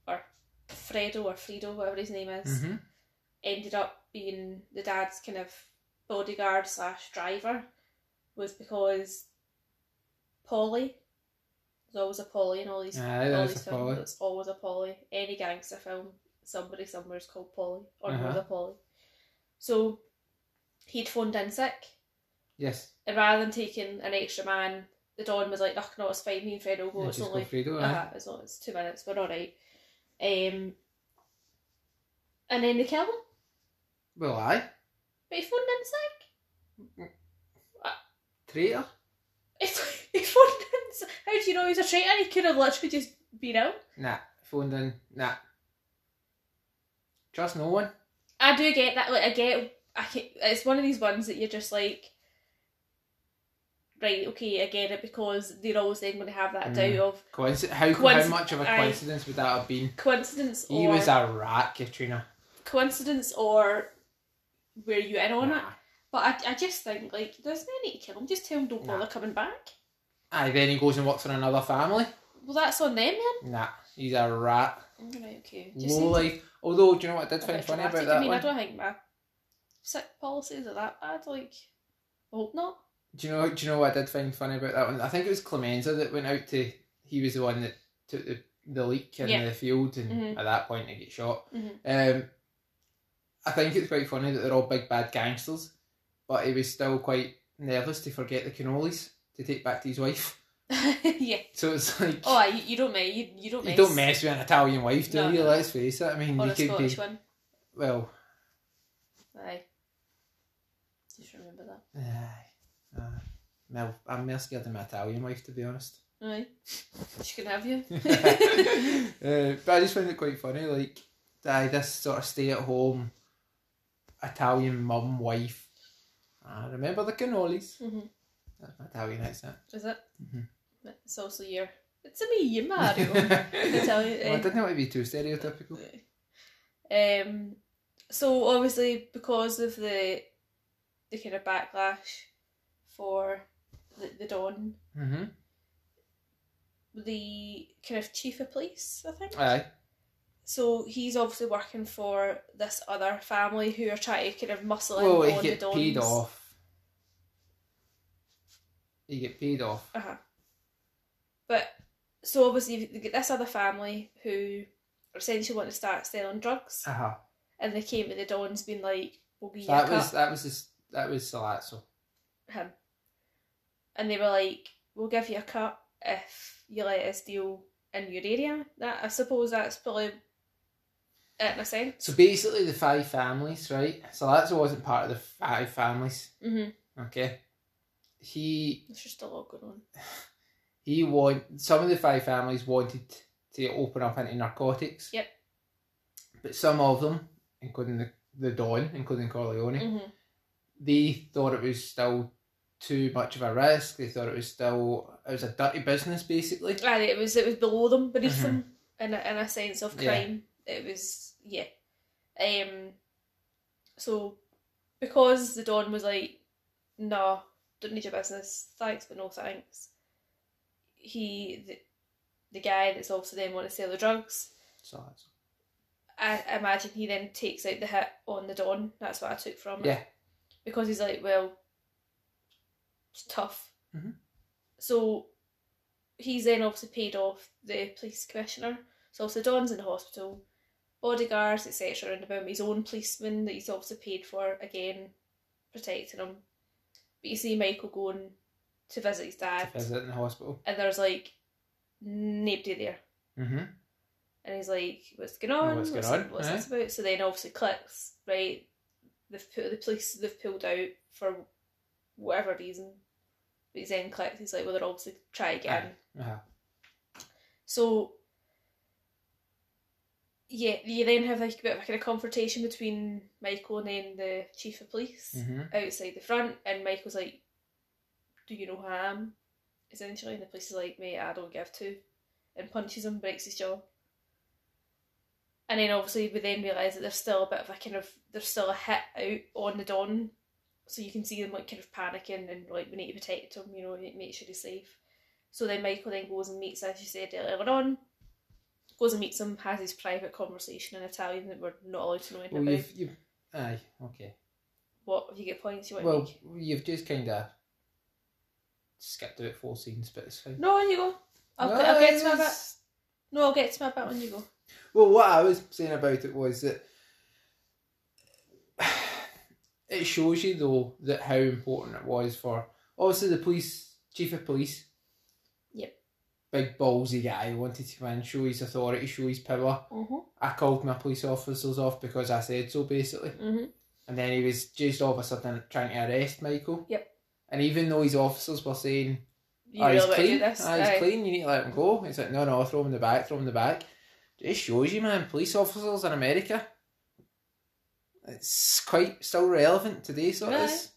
[SPEAKER 1] or Fredo, or Fredo, whatever his name is,
[SPEAKER 2] Mm-hmm.
[SPEAKER 1] ended up being the dad's kind of bodyguard slash driver was because Polly, there's always a Polly in all these
[SPEAKER 2] Aye,
[SPEAKER 1] all
[SPEAKER 2] there's
[SPEAKER 1] these
[SPEAKER 2] a
[SPEAKER 1] films,
[SPEAKER 2] Polly.
[SPEAKER 1] It's always a Polly. Any gangster film, somebody somewhere is called Polly or
[SPEAKER 2] Uh-huh.
[SPEAKER 1] knows a Polly. So he'd phoned in sick,
[SPEAKER 2] Yes.
[SPEAKER 1] and rather than taking an extra man, the Don was like, "Ugh, no, it's fine. Me and Fred will go.
[SPEAKER 2] And
[SPEAKER 1] it's
[SPEAKER 2] just
[SPEAKER 1] only
[SPEAKER 2] go Uh-huh. Fredo, aye.
[SPEAKER 1] uh, it's not. It's two minutes. We're all right." Um, and then they kill him.
[SPEAKER 2] Well, aye.
[SPEAKER 1] But he phoned in sick.
[SPEAKER 2] Traitor.
[SPEAKER 1] It's, he phoned in sick. How do you know he's a traitor? He could have literally just been out.
[SPEAKER 2] Nah. Phoned in. Nah. Trust no one.
[SPEAKER 1] I do get that. Like I get, I can, it's one of these ones that you're just like, right, okay, I get it because they're always then going to have that
[SPEAKER 2] Mm.
[SPEAKER 1] doubt of
[SPEAKER 2] Coinci- how,
[SPEAKER 1] Coinci- Oh,
[SPEAKER 2] how much of a
[SPEAKER 1] aye.
[SPEAKER 2] coincidence would that have been?
[SPEAKER 1] coincidence
[SPEAKER 2] He
[SPEAKER 1] or
[SPEAKER 2] was a rat, Katrina.
[SPEAKER 1] coincidence or were you in on it?
[SPEAKER 2] Nah.
[SPEAKER 1] But I, I just think like, there's no need to kill him. Just tell him don't
[SPEAKER 2] Nah.
[SPEAKER 1] bother coming back.
[SPEAKER 2] Aye, then he goes and works for another family.
[SPEAKER 1] Well, that's on them
[SPEAKER 2] Nah, he's a rat.
[SPEAKER 1] then. Oh, Right, okay. Just
[SPEAKER 2] Low
[SPEAKER 1] seems a
[SPEAKER 2] life. Although, do you know what I did
[SPEAKER 1] bit
[SPEAKER 2] find funny
[SPEAKER 1] dramatic.
[SPEAKER 2] about
[SPEAKER 1] I
[SPEAKER 2] that
[SPEAKER 1] mean, I
[SPEAKER 2] one?
[SPEAKER 1] don't think my sick policies are that bad. Like, I hope not.
[SPEAKER 2] Do you know? Do you know what I did find funny about that one? I think it was Clemenza that went out to. He was the one that took the the leak in
[SPEAKER 1] Yeah.
[SPEAKER 2] the field, and
[SPEAKER 1] Mhm.
[SPEAKER 2] at that point, they get shot.
[SPEAKER 1] Mhm.
[SPEAKER 2] Um, I think it's quite funny that they're all big bad gangsters, but he was still quite nervous to forget the cannolis to take back to his wife.
[SPEAKER 1] yeah.
[SPEAKER 2] So it's like
[SPEAKER 1] Oh, aye, you, you don't mess. You, you don't
[SPEAKER 2] you
[SPEAKER 1] mess.
[SPEAKER 2] don't mess with an Italian wife, do
[SPEAKER 1] No,
[SPEAKER 2] you?
[SPEAKER 1] no.
[SPEAKER 2] Let's face it. I mean,
[SPEAKER 1] Or
[SPEAKER 2] you
[SPEAKER 1] a
[SPEAKER 2] could
[SPEAKER 1] Scottish
[SPEAKER 2] be
[SPEAKER 1] one.
[SPEAKER 2] well.
[SPEAKER 1] Aye. Just remember that.
[SPEAKER 2] Uh, uh, Mel, I'm more scared of my Italian wife, to be honest.
[SPEAKER 1] Aye. She can have you.
[SPEAKER 2] uh, but I just find it quite funny, like aye, this sort of stay at home Italian mum wife. I remember the cannolis.
[SPEAKER 1] Mhm.
[SPEAKER 2] That's my Italian accent.
[SPEAKER 1] Is it?
[SPEAKER 2] Mhm.
[SPEAKER 1] It's also your. It's a me, you Mario.
[SPEAKER 2] well, I
[SPEAKER 1] Italian.
[SPEAKER 2] didn't want to be too stereotypical.
[SPEAKER 1] eh. Um. So obviously, because of the the kind of backlash for the, the Don,
[SPEAKER 2] Mm-hmm.
[SPEAKER 1] the kind of chief of police, I think.
[SPEAKER 2] Aye.
[SPEAKER 1] So he's obviously working for this other family who are trying to kind of muscle in
[SPEAKER 2] Well,
[SPEAKER 1] on
[SPEAKER 2] he
[SPEAKER 1] the
[SPEAKER 2] get
[SPEAKER 1] Don's.
[SPEAKER 2] paid off. He get paid off.
[SPEAKER 1] Uh huh. But so obviously they get this other family who essentially want to start selling drugs,
[SPEAKER 2] Uh huh.
[SPEAKER 1] and they came to the Don's being like, "We'll give you a
[SPEAKER 2] That
[SPEAKER 1] cut
[SPEAKER 2] was that was his, that was Salazzo.
[SPEAKER 1] him," and they were like, "We'll give you a cut if you let us deal in your area." That I suppose that's probably it in a sense.
[SPEAKER 2] So basically, the five families, right? Salazzo wasn't part of the five families.
[SPEAKER 1] Mm-hmm.
[SPEAKER 2] Okay. He
[SPEAKER 1] There's just a lot going on.
[SPEAKER 2] he want some of the five families wanted to open up into narcotics.
[SPEAKER 1] Yep.
[SPEAKER 2] But some of them, including the the Don, including Corleone,
[SPEAKER 1] Mm-hmm.
[SPEAKER 2] they thought it was still too much of a risk. They thought it was still it was a dirty business basically.
[SPEAKER 1] And it was it was below them, beneath
[SPEAKER 2] Mhm.
[SPEAKER 1] them, in a, in a sense of
[SPEAKER 2] Yeah.
[SPEAKER 1] crime. It was yeah. Um, so because the Don was like, "Nah, don't need your business. Thanks, but no thanks." He the, the guy that's also then want to sell the drugs
[SPEAKER 2] So that's
[SPEAKER 1] I imagine he then takes out the hit on the Don. That's what I took from it.
[SPEAKER 2] Yeah.
[SPEAKER 1] Because he's like, well, it's tough.
[SPEAKER 2] Mhm.
[SPEAKER 1] So he's then obviously paid off the police commissioner. So obviously Don's in the hospital, bodyguards, etc. And about him, his own policeman that he's obviously paid for again, protecting him. But you see Michael going to visit his dad,
[SPEAKER 2] to visit in the hospital.
[SPEAKER 1] and there's like nobody there.
[SPEAKER 2] Mm-hmm.
[SPEAKER 1] And he's like, "What's going on?
[SPEAKER 2] What's going on? Eh?
[SPEAKER 1] What's this about?" So then obviously clicks right. They've put the police. They've pulled out for whatever reason. But he's then clicked. He's like, "Well, they're obviously try again."
[SPEAKER 2] Uh-huh.
[SPEAKER 1] So yeah, you then have like a bit of a kind of confrontation between Michael and then the chief of police
[SPEAKER 2] Mm-hmm.
[SPEAKER 1] outside the front, and Michael's like, "Do you know Ham?" Essentially, and the police is like, "Mate, I don't give two," and punches him, breaks his jaw. And then obviously we then realise that there's still a bit of a kind of there's still a hit out on the Don, so you can see them like kind of panicking and like we need to protect him, you know, we need to make sure he's safe. So then Michael then goes and meets, as you said earlier on, goes and meets him, has his private conversation in Italian that we're not allowed to know anything
[SPEAKER 2] Well,
[SPEAKER 1] about.
[SPEAKER 2] you've, you've, aye, okay.
[SPEAKER 1] What if you get points you want to
[SPEAKER 2] Well,
[SPEAKER 1] make?
[SPEAKER 2] you've just kind of skipped out four scenes, but it's fine.
[SPEAKER 1] No, on you go. I'll,
[SPEAKER 2] No,
[SPEAKER 1] I'll get
[SPEAKER 2] it
[SPEAKER 1] to my bit.
[SPEAKER 2] was-
[SPEAKER 1] No, I'll get to my bit when you go.
[SPEAKER 2] Well, what I was saying about it was that it shows you though that how important it was for obviously the police chief of police.
[SPEAKER 1] Yep.
[SPEAKER 2] Big ballsy guy wanted to come in, show his authority, show his power.
[SPEAKER 1] Mm-hmm.
[SPEAKER 2] I called my police officers off because I said so basically.
[SPEAKER 1] Mm-hmm.
[SPEAKER 2] And then he was just all of a sudden trying to arrest Michael.
[SPEAKER 1] Yep.
[SPEAKER 2] And even though his officers were saying
[SPEAKER 1] You
[SPEAKER 2] Oh,
[SPEAKER 1] really
[SPEAKER 2] he's
[SPEAKER 1] want to do
[SPEAKER 2] clean.
[SPEAKER 1] this?
[SPEAKER 2] Ah, he's
[SPEAKER 1] Aye.
[SPEAKER 2] clean. You need to let him go. It's like, no, no, throw him in the back, throw him in the back. Just shows you, man. Police officers in America. It's quite still relevant today, so it is.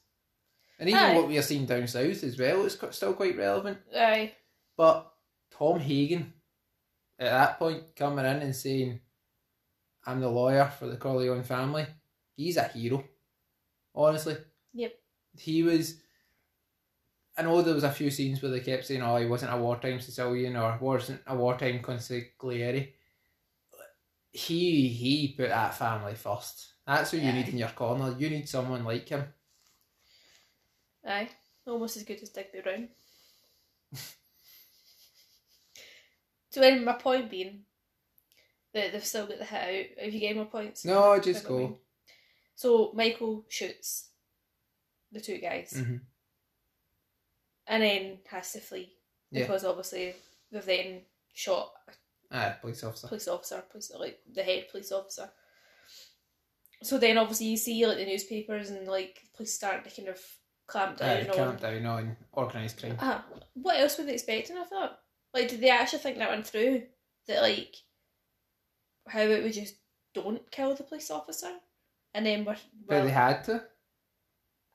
[SPEAKER 2] And even
[SPEAKER 1] Aye.
[SPEAKER 2] what we are seeing down south as well, it's quite- still quite relevant.
[SPEAKER 1] Aye.
[SPEAKER 2] But Tom Hagen, at that point, coming in and saying, I'm the lawyer for the Corleone family, he's a hero. Honestly.
[SPEAKER 1] Yep.
[SPEAKER 2] He was. I know there was a few scenes where they kept saying, oh, he wasn't a wartime Sicilian or wasn't a wartime consigliere. He he put that family first. That's who you need in your corner. You need someone like him.
[SPEAKER 1] Aye. Almost as good as Digby Brown. so anyway, my point being that they've still got the hit out. Have you getting my points?
[SPEAKER 2] No, just
[SPEAKER 1] Never
[SPEAKER 2] go.
[SPEAKER 1] mind. So Michael shoots the two guys
[SPEAKER 2] Mhm.
[SPEAKER 1] and then has to flee
[SPEAKER 2] Yeah.
[SPEAKER 1] because obviously they've then shot
[SPEAKER 2] Aye, police officer.
[SPEAKER 1] police officer, police like the head police officer. So then, obviously, you see like the newspapers and like police start to kind of clamp
[SPEAKER 2] Aye,
[SPEAKER 1] down
[SPEAKER 2] calm
[SPEAKER 1] on.
[SPEAKER 2] down on organised crime.
[SPEAKER 1] Ah, what else were they expecting? I thought, like, did they actually think that one through? That like, how it would just don't kill the police officer, and then we're
[SPEAKER 2] But
[SPEAKER 1] well,
[SPEAKER 2] they had to.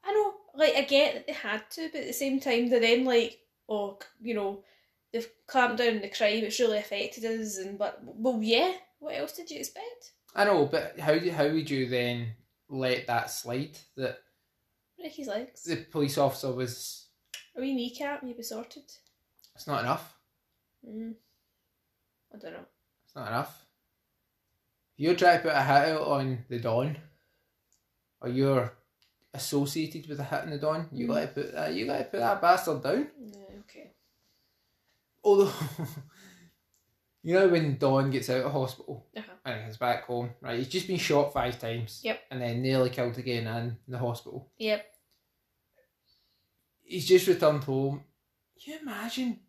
[SPEAKER 1] I know, like, I get that they had to, but at the same time, they're then like, oh, c- you know, they've clamped down on the crime. It's really affected us, and but well, yeah. What else did you expect?
[SPEAKER 2] I know, but how do, how would you then let that slide that
[SPEAKER 1] Break his legs.
[SPEAKER 2] the police officer was?
[SPEAKER 1] A wee kneecap, you'd be sorted.
[SPEAKER 2] It's not enough.
[SPEAKER 1] Mm. I don't know.
[SPEAKER 2] It's not enough. You're trying to put a hit out on the Don, or you're associated with a hit on the Don. You
[SPEAKER 1] Mm.
[SPEAKER 2] got to put that. You got to put that bastard down.
[SPEAKER 1] Yeah, okay.
[SPEAKER 2] Although, you know when Don gets out of hospital
[SPEAKER 1] Uh-huh.
[SPEAKER 2] and he's back home, right? He's just been shot five times.
[SPEAKER 1] Yep.
[SPEAKER 2] And then nearly killed again in the hospital.
[SPEAKER 1] Yep.
[SPEAKER 2] he's just returned home. Can you imagine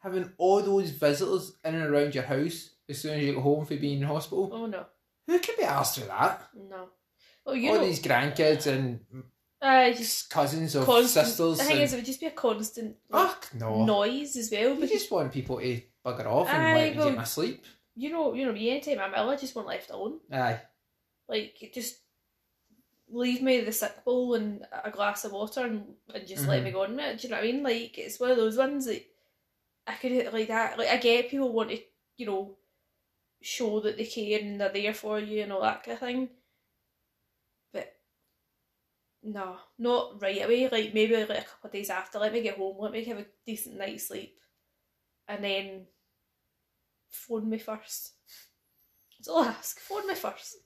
[SPEAKER 2] having all those visitors in and around your house as soon as you get home for being in hospital?
[SPEAKER 1] Oh no,
[SPEAKER 2] Who could be asked for that?
[SPEAKER 1] no. Well, you
[SPEAKER 2] all
[SPEAKER 1] know,
[SPEAKER 2] these grandkids and
[SPEAKER 1] uh, just
[SPEAKER 2] cousins of
[SPEAKER 1] constant.
[SPEAKER 2] sisters.
[SPEAKER 1] the thing
[SPEAKER 2] and-
[SPEAKER 1] is, it would just be a constant like,
[SPEAKER 2] Fuck no.
[SPEAKER 1] noise as well.
[SPEAKER 2] We
[SPEAKER 1] Because
[SPEAKER 2] just want people to bugger off and
[SPEAKER 1] Aye,
[SPEAKER 2] let me
[SPEAKER 1] well-
[SPEAKER 2] get my sleep.
[SPEAKER 1] you know, you know, me anytime I'm ill, I just want left alone.
[SPEAKER 2] Aye.
[SPEAKER 1] Like, you just leave me the sick bowl and a glass of water and, and just let
[SPEAKER 2] Mhm.
[SPEAKER 1] me go on with it. Do you know what I mean? Like, it's one of those ones that I could like that. Like, I get people want to, you know, show that they care and they're there for you and all that kind of thing. But no, not right away. Like maybe like a couple of days after. Let me get home. Let me have a decent night's sleep, and then phone me first. So I'll ask, phone me first.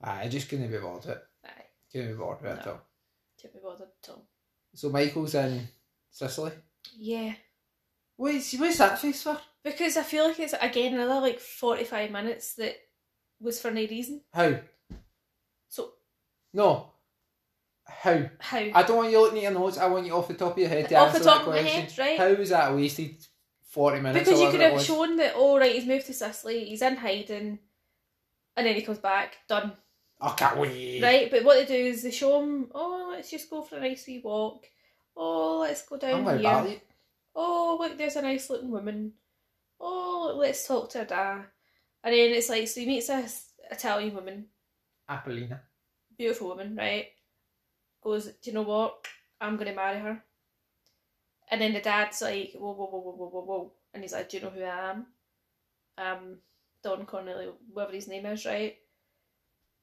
[SPEAKER 2] I just couldn't be bothered with it.
[SPEAKER 1] Aye,
[SPEAKER 2] Couldn't be bothered with it at
[SPEAKER 1] No.
[SPEAKER 2] all.
[SPEAKER 1] can't be bothered at all.
[SPEAKER 2] So Michael's in Sicily.
[SPEAKER 1] Yeah.
[SPEAKER 2] What's, what's that face for?
[SPEAKER 1] Because I feel like it's again another like forty five minutes that was for no reason.
[SPEAKER 2] How?
[SPEAKER 1] So
[SPEAKER 2] No. How?
[SPEAKER 1] how
[SPEAKER 2] I don't want you looking at your notes. I want you off the top of your head to
[SPEAKER 1] off
[SPEAKER 2] answer
[SPEAKER 1] the top
[SPEAKER 2] that
[SPEAKER 1] of my
[SPEAKER 2] question.
[SPEAKER 1] head, right?
[SPEAKER 2] How was that wasted? Forty minutes.
[SPEAKER 1] because
[SPEAKER 2] or
[SPEAKER 1] you could
[SPEAKER 2] whatever it
[SPEAKER 1] have
[SPEAKER 2] was?
[SPEAKER 1] shown that all right, he's moved to Sicily, he's in hiding, and then he comes back, done.
[SPEAKER 2] I can't wait.
[SPEAKER 1] Right? But what they do is they show him, oh, let's just go for a nice wee walk. Oh, let's go
[SPEAKER 2] I'm
[SPEAKER 1] down
[SPEAKER 2] going
[SPEAKER 1] here.
[SPEAKER 2] back. you.
[SPEAKER 1] oh look there's a nice looking woman oh let's talk to her da. and then it's like so he meets this italian woman
[SPEAKER 2] Apollina.
[SPEAKER 1] beautiful woman right goes do you know what i'm gonna marry her and then the dad's like whoa whoa whoa whoa whoa whoa whoa and he's like do you know who i am um don cornelio whatever his name is right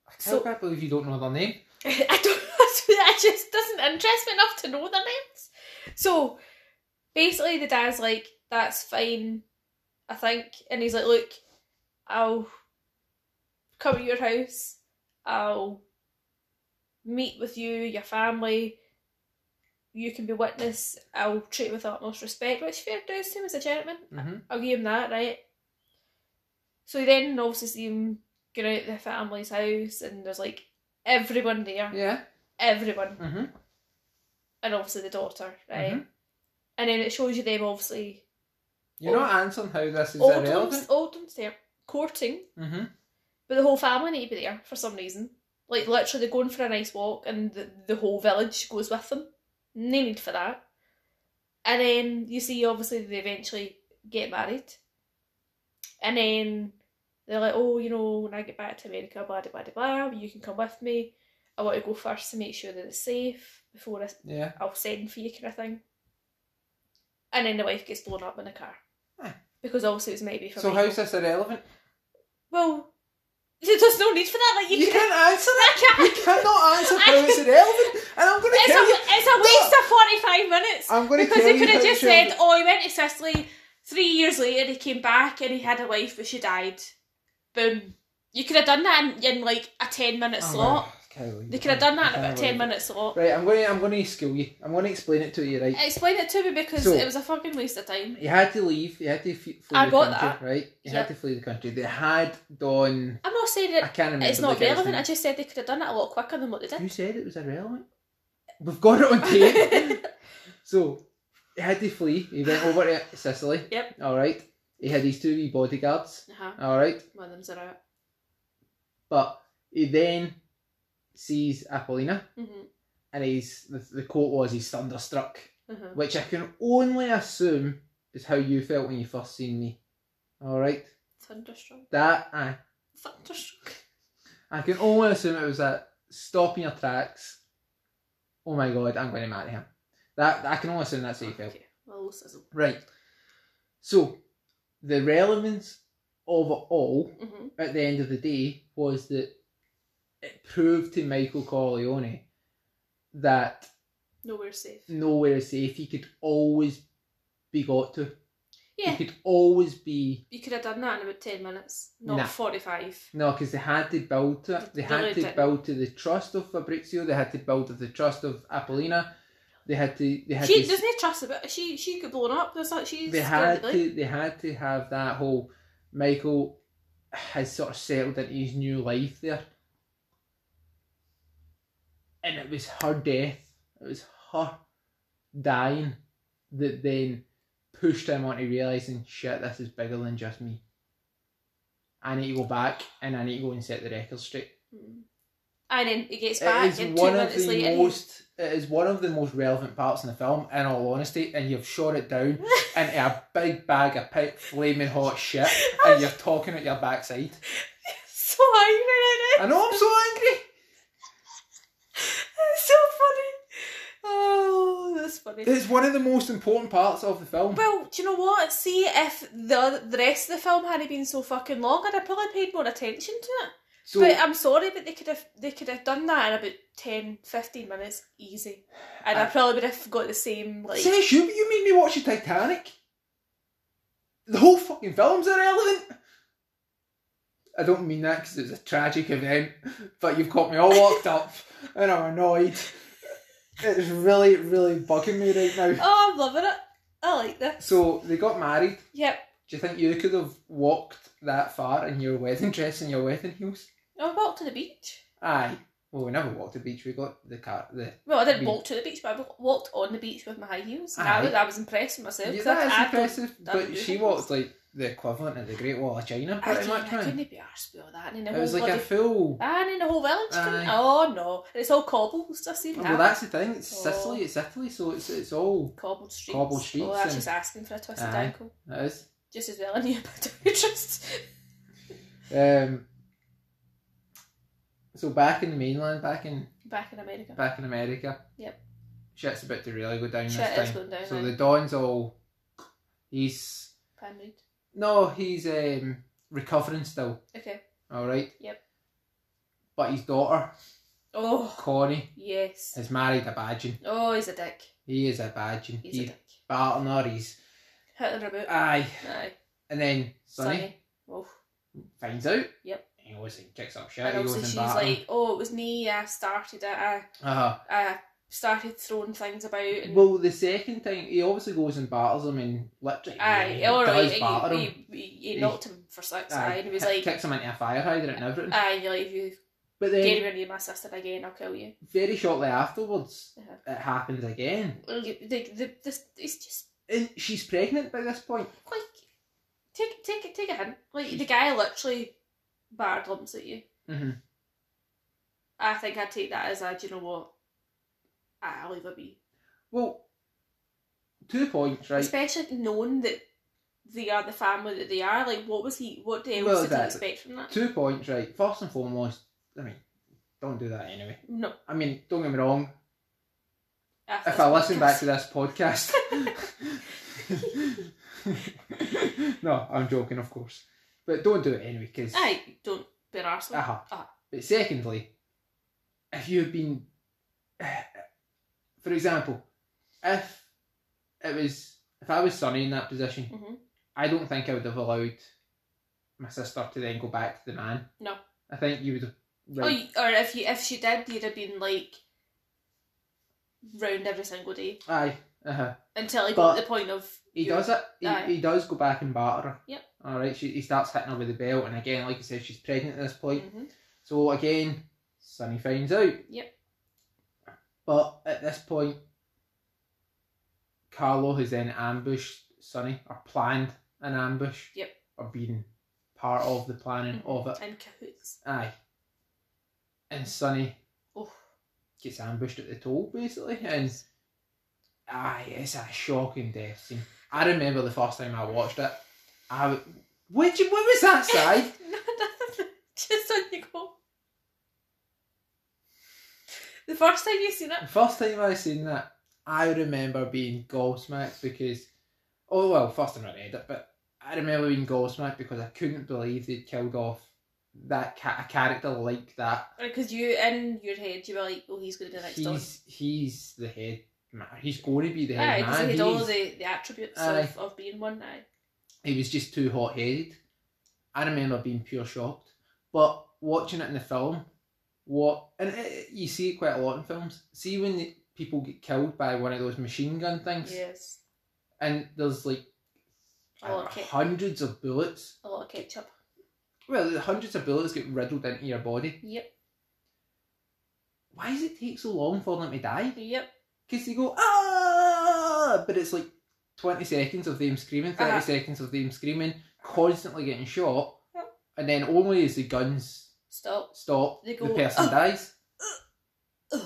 [SPEAKER 2] I can't
[SPEAKER 1] So-
[SPEAKER 2] quite believe you don't know their name.
[SPEAKER 1] I don't that just doesn't interest me enough to know their names. So basically the dad's like, that's fine, I think. And he's like, look, I'll come to your house, I'll meet with you, your family, you can be witness, I'll treat you with the utmost respect, which fair dues to him as a gentleman.
[SPEAKER 2] Mm-hmm.
[SPEAKER 1] I'll give him that, right? So he then obviously see him going out to the family's house and there's like everyone there.
[SPEAKER 2] Yeah.
[SPEAKER 1] Everyone.
[SPEAKER 2] Mm-hmm.
[SPEAKER 1] And obviously the daughter, right?
[SPEAKER 2] Mhm.
[SPEAKER 1] And then it shows you them obviously
[SPEAKER 2] You're
[SPEAKER 1] Oh.
[SPEAKER 2] not answering how this is
[SPEAKER 1] Oldham's
[SPEAKER 2] irrelevant.
[SPEAKER 1] Oldham's there courting,
[SPEAKER 2] Mm-hmm.
[SPEAKER 1] but the whole family need to be there for some reason. Like literally they're going for a nice walk and the, the whole village goes with them. No need for that. And then you see obviously they eventually get married. And then they're like, oh, you know, when I get back to America, blah, blah, blah, blah, you can come with me. I want to go first to make sure that it's safe before I,
[SPEAKER 2] Yeah.
[SPEAKER 1] I'll send for you kind of thing. And then the wife gets blown up in a car.
[SPEAKER 2] Aye.
[SPEAKER 1] Because obviously it was maybe for
[SPEAKER 2] Ah. So
[SPEAKER 1] Michael.
[SPEAKER 2] how's this irrelevant?
[SPEAKER 1] Well, there's no need for that. Like, you,
[SPEAKER 2] You,
[SPEAKER 1] can,
[SPEAKER 2] can't answer that. You cannot answer
[SPEAKER 1] I
[SPEAKER 2] how it's irrelevant, and I'm going to
[SPEAKER 1] It's
[SPEAKER 2] kill
[SPEAKER 1] a,
[SPEAKER 2] you.
[SPEAKER 1] it's a waste of 45 minutes.
[SPEAKER 2] I'm going to
[SPEAKER 1] Because he
[SPEAKER 2] kill you.
[SPEAKER 1] could have
[SPEAKER 2] how
[SPEAKER 1] just
[SPEAKER 2] it's irrelevant.
[SPEAKER 1] said, oh, he went to Sicily three years later, he came back and he had a wife, but she died. Boom. You could have done that in, in like a 10 minute
[SPEAKER 2] Oh,
[SPEAKER 1] slot.
[SPEAKER 2] well, can't believe
[SPEAKER 1] They
[SPEAKER 2] it.
[SPEAKER 1] could have done that in
[SPEAKER 2] I
[SPEAKER 1] about a
[SPEAKER 2] can't
[SPEAKER 1] 10
[SPEAKER 2] believe it.
[SPEAKER 1] minute slot.
[SPEAKER 2] Right, I'm going to I'm going to skill you. I'm going to explain it to you. Right,
[SPEAKER 1] Explain it to me because
[SPEAKER 2] So-
[SPEAKER 1] it was a fucking waste of time.
[SPEAKER 2] you had to leave. You had to f- flee
[SPEAKER 1] I
[SPEAKER 2] the
[SPEAKER 1] got
[SPEAKER 2] country.
[SPEAKER 1] that.
[SPEAKER 2] Right, you
[SPEAKER 1] Yep.
[SPEAKER 2] had to flee the country. They had done.
[SPEAKER 1] I'm not saying
[SPEAKER 2] I
[SPEAKER 1] that
[SPEAKER 2] can't remember.
[SPEAKER 1] it's
[SPEAKER 2] the
[SPEAKER 1] not
[SPEAKER 2] guy's
[SPEAKER 1] relevant, I
[SPEAKER 2] name.
[SPEAKER 1] just said they could have done it a lot quicker than what they did.
[SPEAKER 2] You said it was irrelevant. We've got it on tape. so he had to flee. He went over to Sicily.
[SPEAKER 1] Yep.
[SPEAKER 2] All right. He had his two wee bodyguards.
[SPEAKER 1] Uh-huh.
[SPEAKER 2] All right.
[SPEAKER 1] One of them's are out.
[SPEAKER 2] But he then sees Apollina,
[SPEAKER 1] Mm-hmm.
[SPEAKER 2] and he's the, the quote was he's thunderstruck,
[SPEAKER 1] Uh-huh.
[SPEAKER 2] which I can only assume is how you felt when you first seen me. All right.
[SPEAKER 1] Thunderstruck.
[SPEAKER 2] That I
[SPEAKER 1] Thunderstruck.
[SPEAKER 2] I can only assume it was that stop in your tracks. Oh my god, I'm going to marry him. That I can only assume that's how you felt.
[SPEAKER 1] Okay. Well, sizzle.
[SPEAKER 2] Right. So, the relevance of it all
[SPEAKER 1] Mm-hmm.
[SPEAKER 2] at the end of the day was that it proved to Michael Corleone that
[SPEAKER 1] Nowhere safe.
[SPEAKER 2] nowhere is safe. He could always be got to.
[SPEAKER 1] Yeah.
[SPEAKER 2] He could always be.
[SPEAKER 1] You could have done that in about 10 minutes, not
[SPEAKER 2] Nah.
[SPEAKER 1] 45.
[SPEAKER 2] No, because they had to build to it. They had
[SPEAKER 1] Build
[SPEAKER 2] to
[SPEAKER 1] it.
[SPEAKER 2] build to the trust of Fabrizio. They had to build to the trust of Apollina. They had to. They had
[SPEAKER 1] She,
[SPEAKER 2] to.
[SPEAKER 1] there's no trust about She she got blown up. There's not, she's
[SPEAKER 2] they
[SPEAKER 1] scared
[SPEAKER 2] had
[SPEAKER 1] to die.
[SPEAKER 2] to they had to have that whole Michael has sort of settled into his new life there. And it was her death, it was her dying that then pushed him onto realising shit, this is bigger than just me. I need to go back and I need to go and set the record straight.
[SPEAKER 1] Mm. And then he gets
[SPEAKER 2] It
[SPEAKER 1] back,
[SPEAKER 2] is
[SPEAKER 1] and two
[SPEAKER 2] one of
[SPEAKER 1] minutes
[SPEAKER 2] the
[SPEAKER 1] later.
[SPEAKER 2] most it is one of the most relevant parts in the film, in all honesty, and you've shot it down into a big bag of pi- flaming hot shit and you're talking at your backside.
[SPEAKER 1] so angry right now.
[SPEAKER 2] I know I'm so angry.
[SPEAKER 1] It's so funny. Oh, that's funny.
[SPEAKER 2] It's one of the most important parts of the film.
[SPEAKER 1] Well, do you know what? See, if the other- the rest of the film hadn't been so fucking long, I'd have probably paid more attention to it.
[SPEAKER 2] So
[SPEAKER 1] but I'm sorry, but they could have they could have done that in about 10, 15 minutes, easy. And I,
[SPEAKER 2] I-
[SPEAKER 1] probably would have got the same like.
[SPEAKER 2] says you you made me watch the Titanic. The whole fucking film's irrelevant. I don't mean that because it's a tragic event, but you've got me all locked up and I'm annoyed. It's really, really bugging me right now.
[SPEAKER 1] Oh, I'm loving it. I like this.
[SPEAKER 2] So they got married.
[SPEAKER 1] Yep.
[SPEAKER 2] Do you think you could have walked that far in your wedding dress and your wedding heels?
[SPEAKER 1] I walked to the beach.
[SPEAKER 2] Aye. Well, we never walked the beach. We got the car. The
[SPEAKER 1] Well, I didn't
[SPEAKER 2] Beach.
[SPEAKER 1] walk to the beach, but I wa- walked on the beach with my high heels. And
[SPEAKER 2] Aye.
[SPEAKER 1] I was, I was impressed with myself.
[SPEAKER 2] yeah,
[SPEAKER 1] 'cause I- I
[SPEAKER 2] that
[SPEAKER 1] don't-
[SPEAKER 2] is impressive.
[SPEAKER 1] I don't
[SPEAKER 2] But
[SPEAKER 1] do
[SPEAKER 2] she
[SPEAKER 1] heels.
[SPEAKER 2] walked like the equivalent of the Great Wall of China,
[SPEAKER 1] I,
[SPEAKER 2] pretty
[SPEAKER 1] couldn't-
[SPEAKER 2] much,
[SPEAKER 1] I
[SPEAKER 2] man.
[SPEAKER 1] couldn't be arsed with all that. And in the
[SPEAKER 2] It
[SPEAKER 1] whole
[SPEAKER 2] was like a
[SPEAKER 1] bloody
[SPEAKER 2] full.
[SPEAKER 1] And in the whole village. couldn't-
[SPEAKER 2] Aye.
[SPEAKER 1] Oh no, And it's all cobbles. I've seen that.
[SPEAKER 2] Well, that's the thing. It's
[SPEAKER 1] Oh.
[SPEAKER 2] Sicily. It's Italy, so it's it's all.
[SPEAKER 1] cobbled streets.
[SPEAKER 2] Cobbled streets
[SPEAKER 1] Oh, that's
[SPEAKER 2] and-
[SPEAKER 1] just asking for a twisted
[SPEAKER 2] Aye.
[SPEAKER 1] ankle.
[SPEAKER 2] It is.
[SPEAKER 1] Just as well, I knew about interest.
[SPEAKER 2] Um, so back in the mainland, back in
[SPEAKER 1] Back in America.
[SPEAKER 2] back in America.
[SPEAKER 1] Yep.
[SPEAKER 2] Shit's about to really go down
[SPEAKER 1] Shit is
[SPEAKER 2] this time.
[SPEAKER 1] going down.
[SPEAKER 2] So
[SPEAKER 1] now.
[SPEAKER 2] the Don's all. He's
[SPEAKER 1] Pam Reed.
[SPEAKER 2] no, he's um recovering still.
[SPEAKER 1] Okay.
[SPEAKER 2] All right.
[SPEAKER 1] Yep.
[SPEAKER 2] But his daughter
[SPEAKER 1] Oh
[SPEAKER 2] Connie
[SPEAKER 1] yes.
[SPEAKER 2] is married a badgin.
[SPEAKER 1] Oh, he's a dick.
[SPEAKER 2] He is a badgin.
[SPEAKER 1] He's a
[SPEAKER 2] He's
[SPEAKER 1] dick.
[SPEAKER 2] batting her. He's
[SPEAKER 1] Hitler about.
[SPEAKER 2] aye.
[SPEAKER 1] Aye.
[SPEAKER 2] And then Sonny
[SPEAKER 1] Sonny. Oh.
[SPEAKER 2] finds out.
[SPEAKER 1] Yep.
[SPEAKER 2] He goes and kicks up shit.
[SPEAKER 1] And
[SPEAKER 2] he goes
[SPEAKER 1] obviously
[SPEAKER 2] and
[SPEAKER 1] she's
[SPEAKER 2] batter him.
[SPEAKER 1] like, oh, it was me. I started it. I,
[SPEAKER 2] Uh-huh.
[SPEAKER 1] I started throwing things about. And
[SPEAKER 2] Well, the second time he obviously goes and battles him and literally
[SPEAKER 1] aye.
[SPEAKER 2] he
[SPEAKER 1] all
[SPEAKER 2] does
[SPEAKER 1] right.
[SPEAKER 2] batter
[SPEAKER 1] He,
[SPEAKER 2] him.
[SPEAKER 1] he, he, he knocked him for six. Aye. And he was
[SPEAKER 2] kick-
[SPEAKER 1] like, "Uh,
[SPEAKER 2] kicks him into a fire hydrant and everything.
[SPEAKER 1] aye. And you're like, if you
[SPEAKER 2] but
[SPEAKER 1] get
[SPEAKER 2] then,
[SPEAKER 1] rid of my sister again, I'll kill you.
[SPEAKER 2] very shortly afterwards,
[SPEAKER 1] Uh-huh.
[SPEAKER 2] it happens again,
[SPEAKER 1] Well, you- The, the, this, it's just
[SPEAKER 2] and she's pregnant by this point.
[SPEAKER 1] like take take take a hint. Like the guy literally barred lumps at you.
[SPEAKER 2] Mhm.
[SPEAKER 1] I think I take that as a do you know what? aye, I'll leave it be.
[SPEAKER 2] Well, two points, right?
[SPEAKER 1] Especially knowing that they are the family that they are. Like what was he what else
[SPEAKER 2] Well,
[SPEAKER 1] did he
[SPEAKER 2] that-
[SPEAKER 1] expect from that?
[SPEAKER 2] Two points, right? First and foremost, I mean, don't do that anyway.
[SPEAKER 1] No.
[SPEAKER 2] I mean, don't get me wrong.
[SPEAKER 1] after
[SPEAKER 2] If
[SPEAKER 1] this
[SPEAKER 2] I listen back
[SPEAKER 1] podcast.
[SPEAKER 2] to this podcast, no, I'm joking, of course. But don't do it anyway, because.
[SPEAKER 1] Aye, don't be an arsehole.
[SPEAKER 2] Uh-huh.
[SPEAKER 1] Uh-huh.
[SPEAKER 2] But secondly, if you've been, for example, if it was if I was Sonny in that position,
[SPEAKER 1] Mhm.
[SPEAKER 2] I don't think I would have allowed my sister to then go back to the man.
[SPEAKER 1] No.
[SPEAKER 2] I think you would have.
[SPEAKER 1] Or, you- or if you if she did you'd have been like round every single day
[SPEAKER 2] Aye. Uh huh.
[SPEAKER 1] until he
[SPEAKER 2] But-
[SPEAKER 1] got to the point of
[SPEAKER 2] He
[SPEAKER 1] you're-
[SPEAKER 2] does it. He,
[SPEAKER 1] Aye.
[SPEAKER 2] he does go back and batter her.
[SPEAKER 1] Yep.
[SPEAKER 2] All right. She, he starts hitting her with the belt, and again, like I said, she's pregnant at this point.
[SPEAKER 1] Mhm.
[SPEAKER 2] So again, Sonny finds out.
[SPEAKER 1] Yep.
[SPEAKER 2] But at this point, Carlo has then ambushed Sonny or planned an ambush.
[SPEAKER 1] Yep.
[SPEAKER 2] Or been part of the planning
[SPEAKER 1] Mhm.
[SPEAKER 2] of it.
[SPEAKER 1] in cahoots.
[SPEAKER 2] Aye. And Sonny
[SPEAKER 1] Oh.
[SPEAKER 2] gets ambushed at the toll basically and aye, Ah, it's a shocking death scene. I remember the first time I watched it. I w- what you what was that side?
[SPEAKER 1] no, nothing. Just on you go. The first time you seen
[SPEAKER 2] The
[SPEAKER 1] it.
[SPEAKER 2] first time I seen that, I remember being gobsmacked because, oh well, first time I read it, but I remember being gobsmacked because I couldn't believe they'd killed off that ca- a character like that.
[SPEAKER 1] Because you, in your head, you were like, oh, he's going to be the next one.
[SPEAKER 2] He's he's the head man. He's going to be the
[SPEAKER 1] Aye,
[SPEAKER 2] head
[SPEAKER 1] because
[SPEAKER 2] man.
[SPEAKER 1] he had all
[SPEAKER 2] He's-
[SPEAKER 1] the, the attributes
[SPEAKER 2] Aye.
[SPEAKER 1] of, of being one. Aye.
[SPEAKER 2] he was just too hot headed. I remember being pure shocked, but watching it in the film, what and it, you see it quite a lot in films. See when the, people get killed by one of those machine gun things,
[SPEAKER 1] Yes.
[SPEAKER 2] and there's like
[SPEAKER 1] A lot of kit-
[SPEAKER 2] hundreds of bullets.
[SPEAKER 1] a lot of ketchup.
[SPEAKER 2] Well, the hundreds of bullets get riddled into your body.
[SPEAKER 1] Yep.
[SPEAKER 2] Why does it take so long for them to die?
[SPEAKER 1] Yep.
[SPEAKER 2] Because they go ah, but it's like twenty seconds of them screaming, 30
[SPEAKER 1] Uh-huh.
[SPEAKER 2] seconds of them screaming, constantly getting shot,
[SPEAKER 1] Yep.
[SPEAKER 2] and then only as the guns
[SPEAKER 1] Stop.
[SPEAKER 2] stop,
[SPEAKER 1] They
[SPEAKER 2] the
[SPEAKER 1] go,
[SPEAKER 2] person
[SPEAKER 1] "Oh."
[SPEAKER 2] dies.
[SPEAKER 1] Ugh.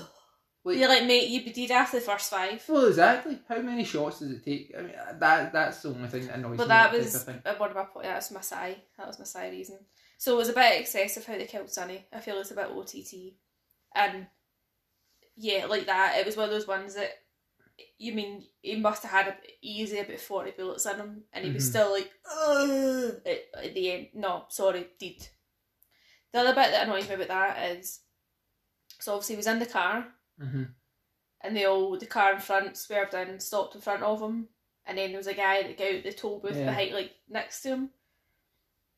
[SPEAKER 2] Wait.
[SPEAKER 1] You're like, mate, you'd be dead after the first five.
[SPEAKER 2] Well, exactly. How many shots does it take? I mean, uh, that that's the only thing that annoys me.
[SPEAKER 1] But that
[SPEAKER 2] type
[SPEAKER 1] was
[SPEAKER 2] of thing.
[SPEAKER 1] uh, one of my point. That was my sigh. That was my sigh reason. So it was a bit excessive how they killed Sunny. I feel it's a bit OTT, and yeah, like that. It was one of those ones that you mean he must have had a, easy about forty bullets in him, and he was
[SPEAKER 2] Mhm.
[SPEAKER 1] still like "Ugh," at, at the end. No, sorry, did. The other bit that annoys me about that is, so obviously he was in the car,
[SPEAKER 2] Mhm.
[SPEAKER 1] and they all the car in front swerved in, stopped in front of him, and then there was a guy that got out the toll booth
[SPEAKER 2] Yeah.
[SPEAKER 1] behind, like next to him.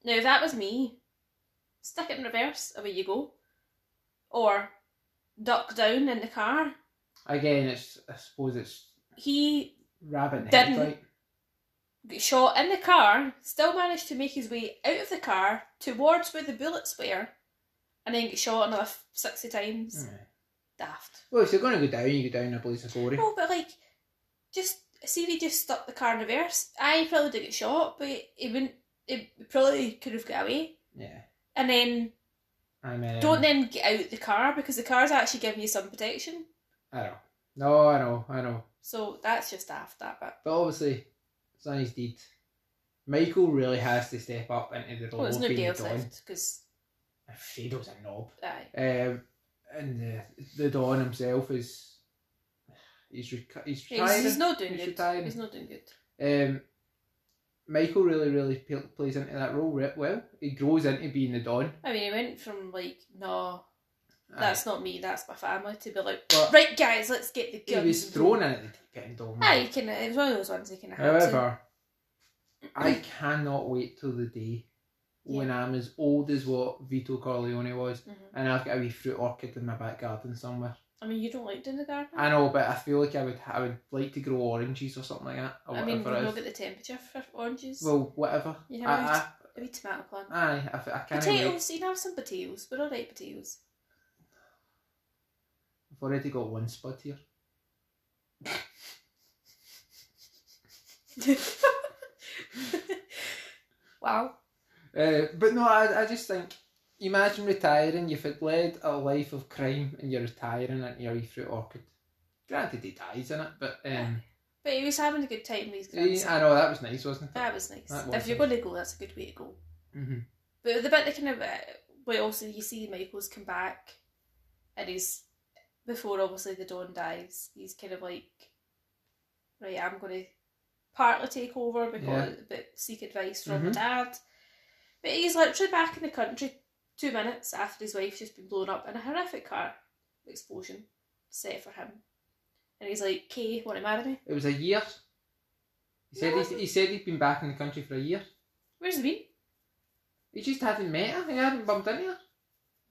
[SPEAKER 1] Now if that was me, stick it in reverse, away you go. Or duck down in the car.
[SPEAKER 2] Again, it's I suppose it's
[SPEAKER 1] He
[SPEAKER 2] rabbit in
[SPEAKER 1] Didn't.
[SPEAKER 2] headlight.
[SPEAKER 1] got shot in the car, still managed to make his way out of the car towards where the bullets were, and then got shot another 60 times.
[SPEAKER 2] Yeah.
[SPEAKER 1] Daft.
[SPEAKER 2] Well, if you're going to go down, you go down in a blaze of glory.
[SPEAKER 1] No, but like, just see if he just stuck the car in reverse. I he probably did get shot, but he wouldn't. He probably could have got away.
[SPEAKER 2] Yeah,
[SPEAKER 1] And then
[SPEAKER 2] I mean,
[SPEAKER 1] don't then get out the car because the car's actually giving you some protection.
[SPEAKER 2] I know. No, I know, I know.
[SPEAKER 1] So that's just daft that bit.
[SPEAKER 2] But obviously, it's not his deed. Michael really has to step up into
[SPEAKER 1] Well,
[SPEAKER 2] the role
[SPEAKER 1] there's
[SPEAKER 2] of
[SPEAKER 1] nobody
[SPEAKER 2] being
[SPEAKER 1] else
[SPEAKER 2] Don.
[SPEAKER 1] left because
[SPEAKER 2] Fredo's a knob.
[SPEAKER 1] aye,
[SPEAKER 2] Um, and the, the Don himself is he's rec- he's
[SPEAKER 1] he's,
[SPEAKER 2] retiring.
[SPEAKER 1] he's not doing
[SPEAKER 2] He's
[SPEAKER 1] good.
[SPEAKER 2] retiring.
[SPEAKER 1] He's not doing good.
[SPEAKER 2] Um, Michael really really p- plays into that role re- well. He grows into being the Don.
[SPEAKER 1] I mean, he went from like, no, that's not me, that's my family, to be like,
[SPEAKER 2] But-
[SPEAKER 1] right, guys, let's get the
[SPEAKER 2] Aye.
[SPEAKER 1] guns.
[SPEAKER 2] he was thrown in at the deep end. Don.
[SPEAKER 1] Aye, you can. It was one of those ones you can have.
[SPEAKER 2] However, I cannot wait till the day when I'm as old as what Vito Corleone was,
[SPEAKER 1] Mhm.
[SPEAKER 2] and I've got a wee fruit orchid in my back garden somewhere.
[SPEAKER 1] I mean, you don't like doing the garden.
[SPEAKER 2] I know, but I feel like I would I would like to grow oranges or something like that, or
[SPEAKER 1] I mean, we
[SPEAKER 2] whatever
[SPEAKER 1] know
[SPEAKER 2] it is.
[SPEAKER 1] about the temperature for oranges.
[SPEAKER 2] Well, whatever.
[SPEAKER 1] You
[SPEAKER 2] Yeah,
[SPEAKER 1] know,
[SPEAKER 2] I,
[SPEAKER 1] a wee tomato plant.
[SPEAKER 2] I, aye, I, f- I can't wait.
[SPEAKER 1] potatoes, you can have some potatoes. We're alright, potatoes.
[SPEAKER 2] I've already got one spud here.
[SPEAKER 1] wow.
[SPEAKER 2] Uh, but no, I, I just think, imagine retiring, you've had led a life of crime and you're retiring at your wee fruit orchid. Granted, he dies in it, but um,
[SPEAKER 1] But he was having a good time with his
[SPEAKER 2] he-
[SPEAKER 1] grandson.
[SPEAKER 2] I know that was nice, wasn't it?
[SPEAKER 1] That was nice.
[SPEAKER 2] That
[SPEAKER 1] if
[SPEAKER 2] was
[SPEAKER 1] you're
[SPEAKER 2] nice.
[SPEAKER 1] going to go, that's a good way to go.
[SPEAKER 2] hmm
[SPEAKER 1] But the bit that kind of, uh, but also you see Michael's come back, and he's before obviously the Dawn dies. He's kind of like, right, I'm going to partly take over because but seek advice from
[SPEAKER 2] Mhm.
[SPEAKER 1] Dad. But he's literally back in the country two minutes after his wife's just been blown up in a horrific car explosion set for him, and he's like, "Kay, want to marry me?
[SPEAKER 2] It was a year. He said
[SPEAKER 1] No,
[SPEAKER 2] he's, he said he'd been back in the country for a year.
[SPEAKER 1] Where's the been?
[SPEAKER 2] He just hadn't met her. He hadn't bumped into her.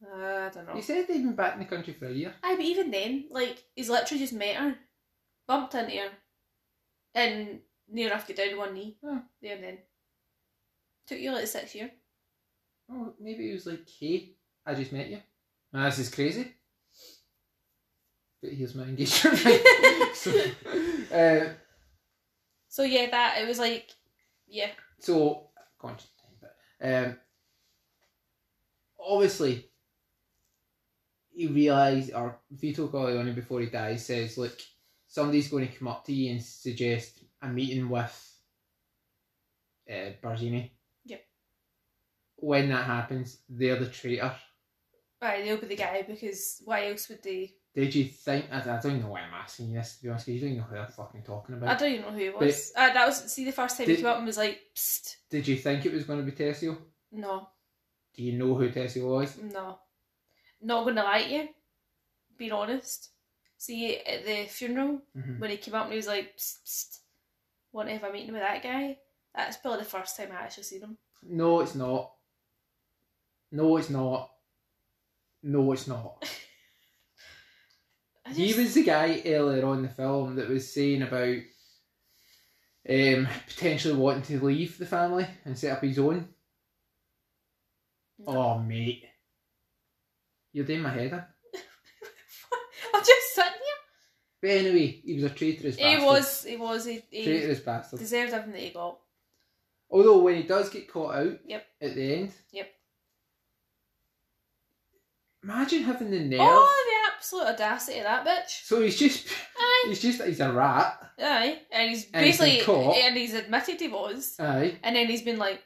[SPEAKER 1] Uh, I don't know.
[SPEAKER 2] He said he'd been back in the country for a year.
[SPEAKER 1] Aye, but even then, like, he's literally just met her, bumped into her, and near enough get down on one knee.
[SPEAKER 2] Hmm.
[SPEAKER 1] There and then. Took you like six year.
[SPEAKER 2] Oh, maybe he was like, "Hey, I just met you. Now, this is crazy." But here's my engagement ring. so, uh,
[SPEAKER 1] So yeah, that it was like, yeah,
[SPEAKER 2] so conscious time, but um, obviously he realised, or Vito Corleone before he dies says, "Look, somebody's going to come up to you and suggest a meeting with uh, Barzini."
[SPEAKER 1] Yep.
[SPEAKER 2] When that happens, they're the traitor.
[SPEAKER 1] aye, they'll be the guy because why else would they?
[SPEAKER 2] Did you think? I, I don't know why I'm asking you this to be honest, because you don't even know who I'm fucking talking
[SPEAKER 1] I
[SPEAKER 2] about.
[SPEAKER 1] don't even know who he was. Uh, that was see the first time he
[SPEAKER 2] Did-
[SPEAKER 1] came up and was like, Psst,
[SPEAKER 2] Did you think it was going to be Tessio?
[SPEAKER 1] no,
[SPEAKER 2] Do you know who Tessio was?
[SPEAKER 1] no, not gonna lie to you, being honest. See at the funeral
[SPEAKER 2] Mm-hmm.
[SPEAKER 1] when he came up and he was like, psst, psst, want to have a meeting with that guy? That's probably the first time I actually seen him.
[SPEAKER 2] No, it's not. No, it's not. No, it's not.
[SPEAKER 1] I
[SPEAKER 2] he
[SPEAKER 1] just-
[SPEAKER 2] was the guy earlier on in the film that was saying about um, potentially wanting to leave the family and set up his own.
[SPEAKER 1] No.
[SPEAKER 2] Oh, mate. You're doing my head in.
[SPEAKER 1] I'm just sitting
[SPEAKER 2] But anyway, he was a traitorous
[SPEAKER 1] here.
[SPEAKER 2] bastard.
[SPEAKER 1] He was, he was, he, he
[SPEAKER 2] Traitorous bastard.
[SPEAKER 1] deserved everything that he got.
[SPEAKER 2] Although when he does get caught out
[SPEAKER 1] Yep.
[SPEAKER 2] at the end.
[SPEAKER 1] Yep.
[SPEAKER 2] Imagine having the nerve.
[SPEAKER 1] Oh, the absolute audacity of that bitch.
[SPEAKER 2] So he's just
[SPEAKER 1] Aye,
[SPEAKER 2] he's just he's a rat.
[SPEAKER 1] aye. And he's
[SPEAKER 2] And he's been
[SPEAKER 1] basically,
[SPEAKER 2] caught.
[SPEAKER 1] and he's admitted he was.
[SPEAKER 2] Aye.
[SPEAKER 1] And then he's been like,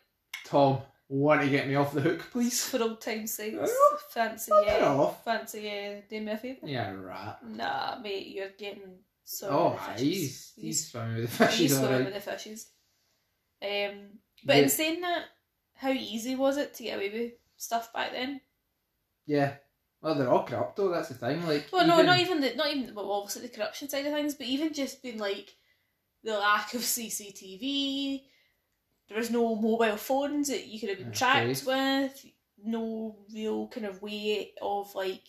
[SPEAKER 2] Tom, want to get me off the hook, please?
[SPEAKER 1] for old time's sake,
[SPEAKER 2] Oh,
[SPEAKER 1] fancy
[SPEAKER 2] fuck it
[SPEAKER 1] yeah,
[SPEAKER 2] off.
[SPEAKER 1] fancy yeah, do me a favour.
[SPEAKER 2] Yeah, rat.
[SPEAKER 1] Nah, mate, you're getting so.
[SPEAKER 2] oh, aye, he's he's fine with the
[SPEAKER 1] He's
[SPEAKER 2] fishes
[SPEAKER 1] swimming
[SPEAKER 2] alright.
[SPEAKER 1] with the fishes. Um, but
[SPEAKER 2] Yeah.
[SPEAKER 1] in saying that, how easy was it to get away with stuff back then?
[SPEAKER 2] Yeah. Well, they're all corrupt though. That's the thing. Like,
[SPEAKER 1] Well, no, not even the, not even well, obviously the corruption side of things, but even just being like the lack of CCTV. There was no mobile phones that you could have been
[SPEAKER 2] Okay.
[SPEAKER 1] tracked with. no real kind of way of like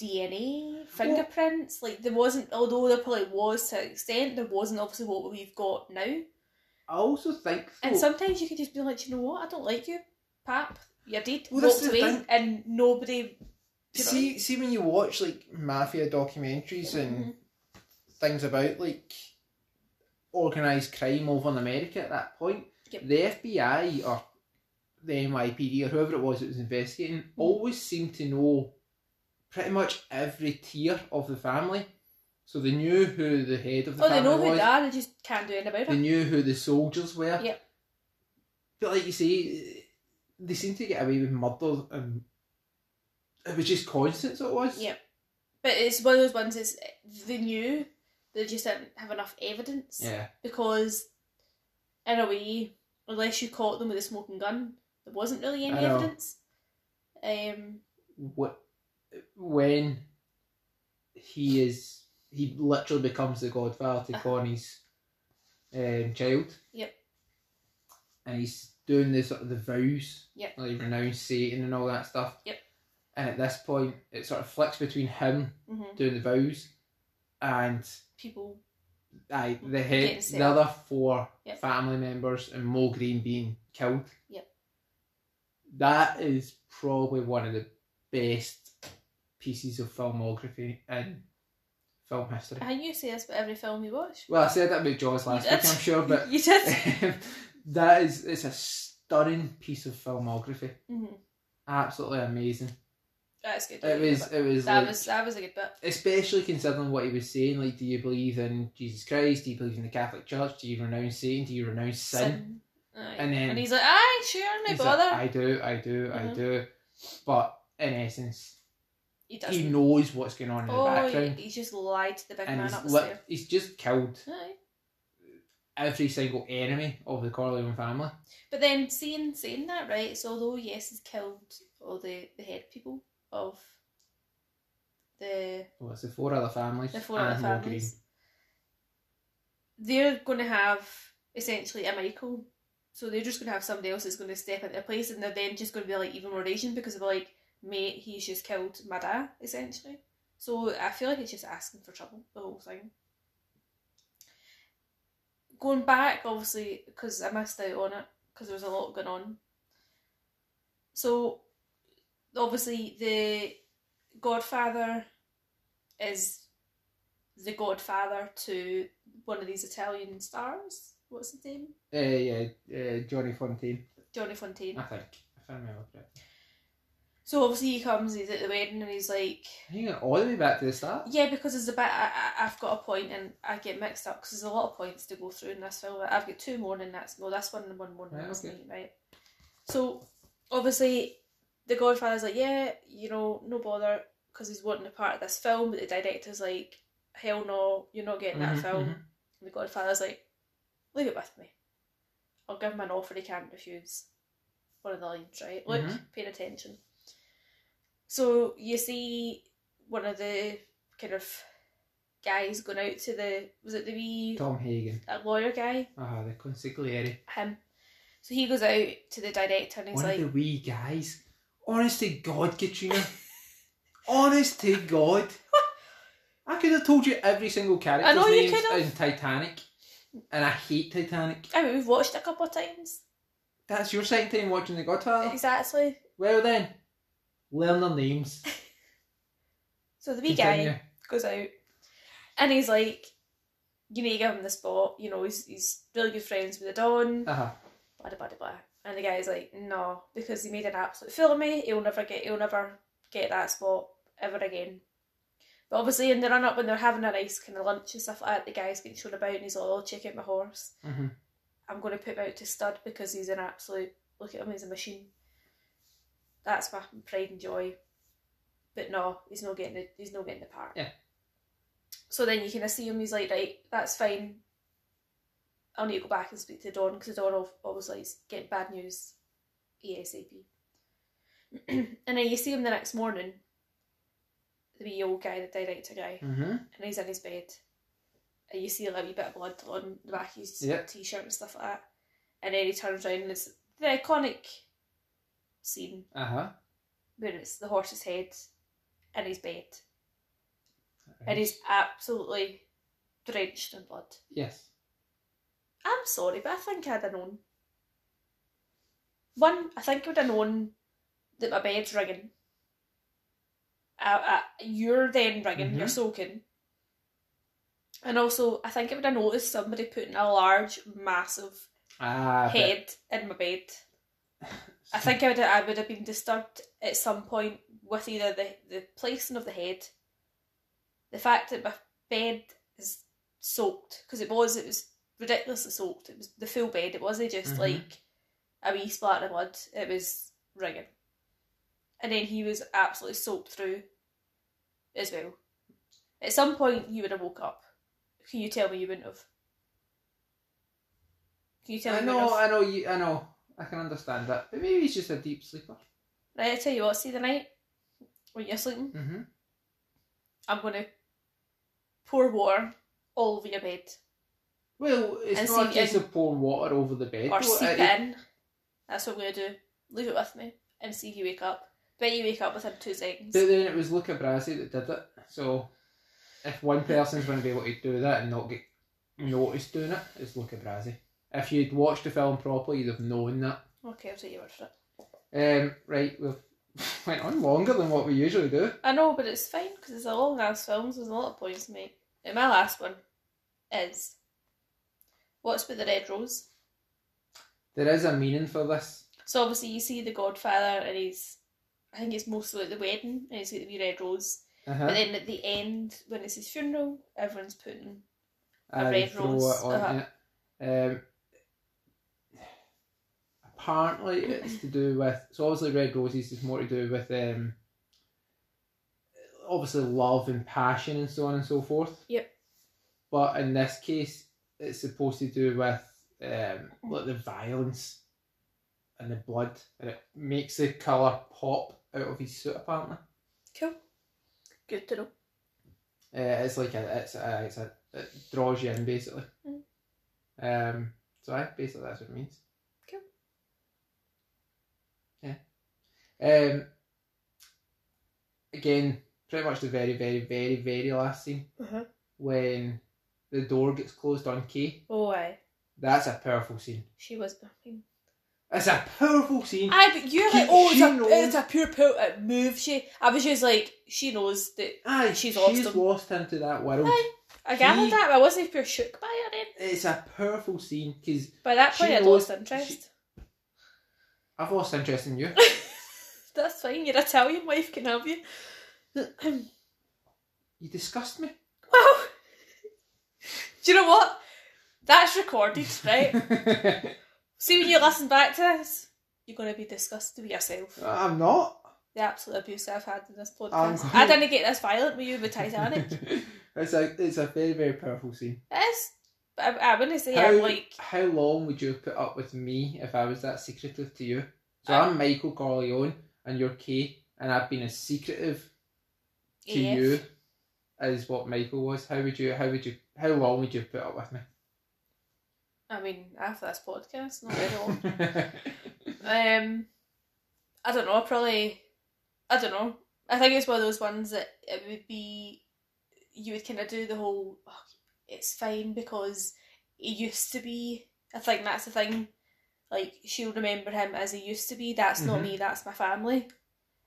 [SPEAKER 1] DNA fingerprints. Like there wasn't, although there probably was to an extent, there wasn't obviously what we've got now.
[SPEAKER 2] I also think.
[SPEAKER 1] And
[SPEAKER 2] though-
[SPEAKER 1] sometimes you could just be like, "Do you know what, I don't like you, Pap. You're dead.
[SPEAKER 2] Well, that's
[SPEAKER 1] Walked
[SPEAKER 2] the
[SPEAKER 1] away,
[SPEAKER 2] thing.
[SPEAKER 1] and nobody. you know-
[SPEAKER 2] see see when you watch like mafia documentaries and
[SPEAKER 1] Mm-hmm.
[SPEAKER 2] things about like organized crime over in America at that point,
[SPEAKER 1] Yep.
[SPEAKER 2] the FBI or the NYPD or whoever it was that was investigating
[SPEAKER 1] Mm-hmm.
[SPEAKER 2] always seemed to know pretty much every tier of the family. So they knew who the head of the Mm.
[SPEAKER 1] Oh, they
[SPEAKER 2] family
[SPEAKER 1] know who
[SPEAKER 2] was.
[SPEAKER 1] they are. They just can't do anything about
[SPEAKER 2] They
[SPEAKER 1] it.
[SPEAKER 2] knew who the soldiers were.
[SPEAKER 1] Yep.
[SPEAKER 2] But like you say, they seem to get away with murder and it was just constant, so it was.
[SPEAKER 1] Yep. But it's one of those ones. Is they knew they just didn't have enough evidence.
[SPEAKER 2] Yeah.
[SPEAKER 1] because in a way, unless you caught them with a smoking gun, there wasn't really any
[SPEAKER 2] I know.
[SPEAKER 1] evidence. Um,
[SPEAKER 2] what when he is he literally becomes the godfather to
[SPEAKER 1] Uh-huh.
[SPEAKER 2] Connie's um, child.
[SPEAKER 1] Yep.
[SPEAKER 2] And he's doing the sort of the vows.
[SPEAKER 1] Yep.
[SPEAKER 2] Like renounce Satan and all that stuff.
[SPEAKER 1] Yep.
[SPEAKER 2] And at this point, it sort of flicks between him
[SPEAKER 1] mhm.
[SPEAKER 2] doing the vows and
[SPEAKER 1] People,
[SPEAKER 2] I the
[SPEAKER 1] Getting
[SPEAKER 2] head,
[SPEAKER 1] set
[SPEAKER 2] the
[SPEAKER 1] up.
[SPEAKER 2] other four
[SPEAKER 1] Yep.
[SPEAKER 2] family members and Mo Green being killed.
[SPEAKER 1] Yep.
[SPEAKER 2] That is probably one of the best pieces of filmography in film history.
[SPEAKER 1] and you say this about every film you watch.
[SPEAKER 2] Well, I said that about Jaws last week,
[SPEAKER 1] did.
[SPEAKER 2] I'm sure, but
[SPEAKER 1] you did.
[SPEAKER 2] that is it's a stunning piece of filmography.
[SPEAKER 1] hmm
[SPEAKER 2] Absolutely amazing.
[SPEAKER 1] That's good.
[SPEAKER 2] It was it was
[SPEAKER 1] that
[SPEAKER 2] like-
[SPEAKER 1] was that was a good bit.
[SPEAKER 2] especially considering what he was saying, like, do you believe in Jesus Christ? Do you believe in the Catholic Church? Do you renounce Satan? Do you renounce sin?
[SPEAKER 1] Sin. Aye.
[SPEAKER 2] And then-
[SPEAKER 1] he's like, aye, sure, no
[SPEAKER 2] He's
[SPEAKER 1] bother.
[SPEAKER 2] like, I do, I do, I
[SPEAKER 1] Mhm.
[SPEAKER 2] do. But in essence,
[SPEAKER 1] he
[SPEAKER 2] he
[SPEAKER 1] doesn't.
[SPEAKER 2] knows what's going on in the
[SPEAKER 1] oh, he,
[SPEAKER 2] background,
[SPEAKER 1] he's just lied to the big
[SPEAKER 2] and
[SPEAKER 1] man
[SPEAKER 2] he's,
[SPEAKER 1] upstairs.
[SPEAKER 2] lit he's just killed
[SPEAKER 1] Aye.
[SPEAKER 2] every single enemy of the Corleone family.
[SPEAKER 1] But then seeing saying that right, so although yes, he's killed all the the head people of the
[SPEAKER 2] Well, it's the four other families
[SPEAKER 1] the four
[SPEAKER 2] and
[SPEAKER 1] other
[SPEAKER 2] Mo
[SPEAKER 1] families. They're going to have essentially a Michael, so they're just going to have somebody else that's going to step into their place, and they're then just going to be like even more raging because they're like, mate, he's just killed my dad essentially. So I feel like it's just asking for trouble the whole thing. Going back, obviously, because I missed out on it because there was a lot going on. So, obviously, the Godfather is the godfather to one of these Italian stars. What's his name?
[SPEAKER 2] Green. Uh, yeah, uh, Johnny Fontaine,
[SPEAKER 1] Johnny Fontaine.
[SPEAKER 2] I think. If I remember correctly.
[SPEAKER 1] So obviously he comes, he's at the wedding, and he's like,
[SPEAKER 2] Hang on, all the way back to the start.
[SPEAKER 1] "Yeah, because there's a bit. I, I, I've got a point, and I get mixed up because there's a lot of points to go through in this film. I've got two more, and that's well, that's one and one more,
[SPEAKER 2] Right,
[SPEAKER 1] right, wasn't
[SPEAKER 2] okay.
[SPEAKER 1] it? Right. So obviously the Godfather's like, yeah, you know, no bother, because he's wanting a part of this film, but the director's like, hell no, you're not getting that
[SPEAKER 2] Mhm,
[SPEAKER 1] film.
[SPEAKER 2] mhm.
[SPEAKER 1] And the Godfather's like, leave it with me. I'll give him an offer he can't refuse. One of the lines, right? Look,
[SPEAKER 2] Mhm.
[SPEAKER 1] paying attention. So you see one of the kind of guys going out to the was it the wee
[SPEAKER 2] Tom Hagen.
[SPEAKER 1] that lawyer guy?
[SPEAKER 2] Ah, the consigliere.
[SPEAKER 1] Him. So he goes out to the director and he's
[SPEAKER 2] One
[SPEAKER 1] like
[SPEAKER 2] of the wee guys. Honest to God, Katrina. Honest to God. I could have told you every single character's
[SPEAKER 1] I know you
[SPEAKER 2] names
[SPEAKER 1] could've.
[SPEAKER 2] in Titanic. And I hate Titanic.
[SPEAKER 1] I mean we've watched it a couple of times.
[SPEAKER 2] That's your second time watching The Godfather.
[SPEAKER 1] Exactly.
[SPEAKER 2] Well then, learn their names.
[SPEAKER 1] So the wee guy
[SPEAKER 2] Continue.
[SPEAKER 1] goes out and he's like, you need to give him the spot, you know, he's he's really good friends with the Don.
[SPEAKER 2] Uh-huh.
[SPEAKER 1] blah blah blah blah. And the guy's like, no, because he made an absolute fool of me. He'll never get, he'll never get that spot ever again. But obviously, in the run up when they're having a nice kind of lunch and stuff like that, the guy's getting shown about, and he's like, oh, check out my horse.
[SPEAKER 2] Mhm.
[SPEAKER 1] I'm going to put him out to stud because he's an absolute. Look at him, he's a machine. That's my pride and joy. But no, he's not getting the he's not getting the part.
[SPEAKER 2] Yeah.
[SPEAKER 1] So then you kind of see him. He's like, right, that's fine. I'll need to go back and speak to Dawn because Dawn ob- obviously is getting bad news, ASAP. and then you see him the next morning. The wee old guy, the director guy,
[SPEAKER 2] Mhm.
[SPEAKER 1] and he's in his bed. And you see a little bit of blood on the back of his
[SPEAKER 2] Yep.
[SPEAKER 1] t-shirt and stuff like that. And then he turns around and it's the iconic scene
[SPEAKER 2] Uh huh.
[SPEAKER 1] where it's the horse's head in his bed,
[SPEAKER 2] Mhm.
[SPEAKER 1] and he's absolutely drenched in blood.
[SPEAKER 2] Yes.
[SPEAKER 1] I'm sorry, but I think I'd have known. One, I think I would have known that my bed's ringing. I, I, you're then ringing, you're
[SPEAKER 2] Mhm.
[SPEAKER 1] soaking. And also, I think I would have noticed somebody putting a large, massive
[SPEAKER 2] Ah. but-
[SPEAKER 1] head in my bed. I think I would I would have been disturbed at some point with either the, the placing of the head, the fact that my bed is soaked because it was it was ridiculously soaked. It was the full bed. It wasn't just
[SPEAKER 2] Mhm.
[SPEAKER 1] like a wee splatter of blood. It was ringing, and then he was absolutely soaked through as well. At some point, you would have woke up. Can you tell me you wouldn't have? Can you tell
[SPEAKER 2] I
[SPEAKER 1] me? you wouldn't
[SPEAKER 2] know.
[SPEAKER 1] have?
[SPEAKER 2] I know. You. I know. I can understand that. But maybe he's just a deep sleeper.
[SPEAKER 1] Right, I tell you what, see the night when you're sleeping,
[SPEAKER 2] Mm-hmm.
[SPEAKER 1] I'm gonna pour water all over your bed
[SPEAKER 2] Well, it's
[SPEAKER 1] And
[SPEAKER 2] not
[SPEAKER 1] see
[SPEAKER 2] a case
[SPEAKER 1] in-
[SPEAKER 2] of pouring water over the bed.
[SPEAKER 1] or
[SPEAKER 2] though.
[SPEAKER 1] seep
[SPEAKER 2] It-
[SPEAKER 1] it in. That's what I'm gonna do. Leave it with me and see if you wake up. Bet you wake up within two seconds.
[SPEAKER 2] But then it was Luca Brasi that did it. So if one person's going to be able to do that and not get noticed doing it, it's Luca Brasi. If you'd watched the film properly, you'd have known that.
[SPEAKER 1] Okay, I'll take your word for it.
[SPEAKER 2] Um, right, we've went on longer than what we usually do.
[SPEAKER 1] I know, but it's fine because it's a long ass film, so there's a lot of points to make. And my last one is what's with the red rose?
[SPEAKER 2] There is a meaning for this.
[SPEAKER 1] So obviously you see the Godfather and he's I think it's mostly at the wedding and he's got the wee red rose. But
[SPEAKER 2] Uh-huh.
[SPEAKER 1] then at the end, when it's his funeral, everyone's putting.
[SPEAKER 2] And
[SPEAKER 1] a red
[SPEAKER 2] throw it
[SPEAKER 1] rose,
[SPEAKER 2] on
[SPEAKER 1] uh-huh.
[SPEAKER 2] it. Um, apparently, it's to do with. So obviously, red roses is more to do with um, obviously love and passion and so on and so forth.
[SPEAKER 1] Yep.
[SPEAKER 2] But in this case, it's supposed to do with um, like the violence and the blood, and it makes the colour pop out of his suit. Apparently,
[SPEAKER 1] Cool. Good to know.
[SPEAKER 2] uh, it's like a, it's a, it's a, it draws you in basically.
[SPEAKER 1] Mm.
[SPEAKER 2] Um, so I basically that's what it means.
[SPEAKER 1] Cool.
[SPEAKER 2] Yeah. Um. Again, pretty much the very, very, very, very last scene.
[SPEAKER 1] Uh-huh.
[SPEAKER 2] when the door gets closed on Kay.
[SPEAKER 1] Oh, aye.
[SPEAKER 2] That's a powerful scene.
[SPEAKER 1] She was bumping.
[SPEAKER 2] It's a powerful scene.
[SPEAKER 1] Aye, but you're
[SPEAKER 2] She-
[SPEAKER 1] like, oh, it's
[SPEAKER 2] she
[SPEAKER 1] a,
[SPEAKER 2] knows.
[SPEAKER 1] it's a pure pull. It moves she. I was just like, she knows that.
[SPEAKER 2] Aye,
[SPEAKER 1] she's lost
[SPEAKER 2] she's
[SPEAKER 1] him.
[SPEAKER 2] lost him to that world.
[SPEAKER 1] Aye. I gathered
[SPEAKER 2] She-
[SPEAKER 1] that, but I wasn't pure shook by it then.
[SPEAKER 2] It's a powerful scene because
[SPEAKER 1] By that point,
[SPEAKER 2] She
[SPEAKER 1] I'd lost
[SPEAKER 2] knows-
[SPEAKER 1] interest.
[SPEAKER 2] I've lost interest in you.
[SPEAKER 1] That's fine, your Italian wife can have you.
[SPEAKER 2] You disgust me.
[SPEAKER 1] Wow! Do you know what? That's recorded, right? See, when you listen back to this, you're going to be disgusted with yourself.
[SPEAKER 2] I'm not.
[SPEAKER 1] the absolute abuse I've had in this
[SPEAKER 2] I'm
[SPEAKER 1] podcast.
[SPEAKER 2] going-
[SPEAKER 1] I didn't get this violent with you with Titanic.
[SPEAKER 2] it's a it's a very very powerful scene.
[SPEAKER 1] yes, but I, I wouldn't say
[SPEAKER 2] how,
[SPEAKER 1] I'm like
[SPEAKER 2] how long would you have put up with me if I was that secretive to you? So
[SPEAKER 1] I-
[SPEAKER 2] I'm Michael Corleone and you're Kay, and I've been as secretive to
[SPEAKER 1] AF.
[SPEAKER 2] you as what Michael was, how would you how would you how long would you put up with me?
[SPEAKER 1] I mean, after this podcast, not very long. um, I don't know. Probably, I don't know. I think it's one of those ones that it would be. You would kind of do the whole. "Oh, it's fine because he used to be. I think that's the thing. Like she'll remember him as he used to be. That's not
[SPEAKER 2] Mhm.
[SPEAKER 1] me. That's my family,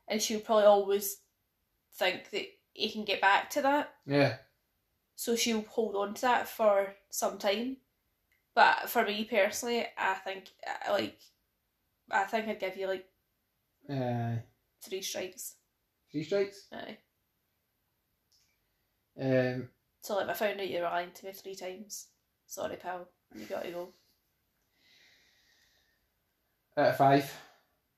[SPEAKER 1] and she'll probably always think that he can get back to that.
[SPEAKER 2] yeah.
[SPEAKER 1] So she'll hold on to that for some time. But for me personally, I think I- like I think I'd give you like
[SPEAKER 2] Uh,
[SPEAKER 1] three strikes.
[SPEAKER 2] three strikes.
[SPEAKER 1] Aye.
[SPEAKER 2] Um
[SPEAKER 1] So like if I found out you were lying to me three times. Sorry, pal, you gotta go.
[SPEAKER 2] out of five.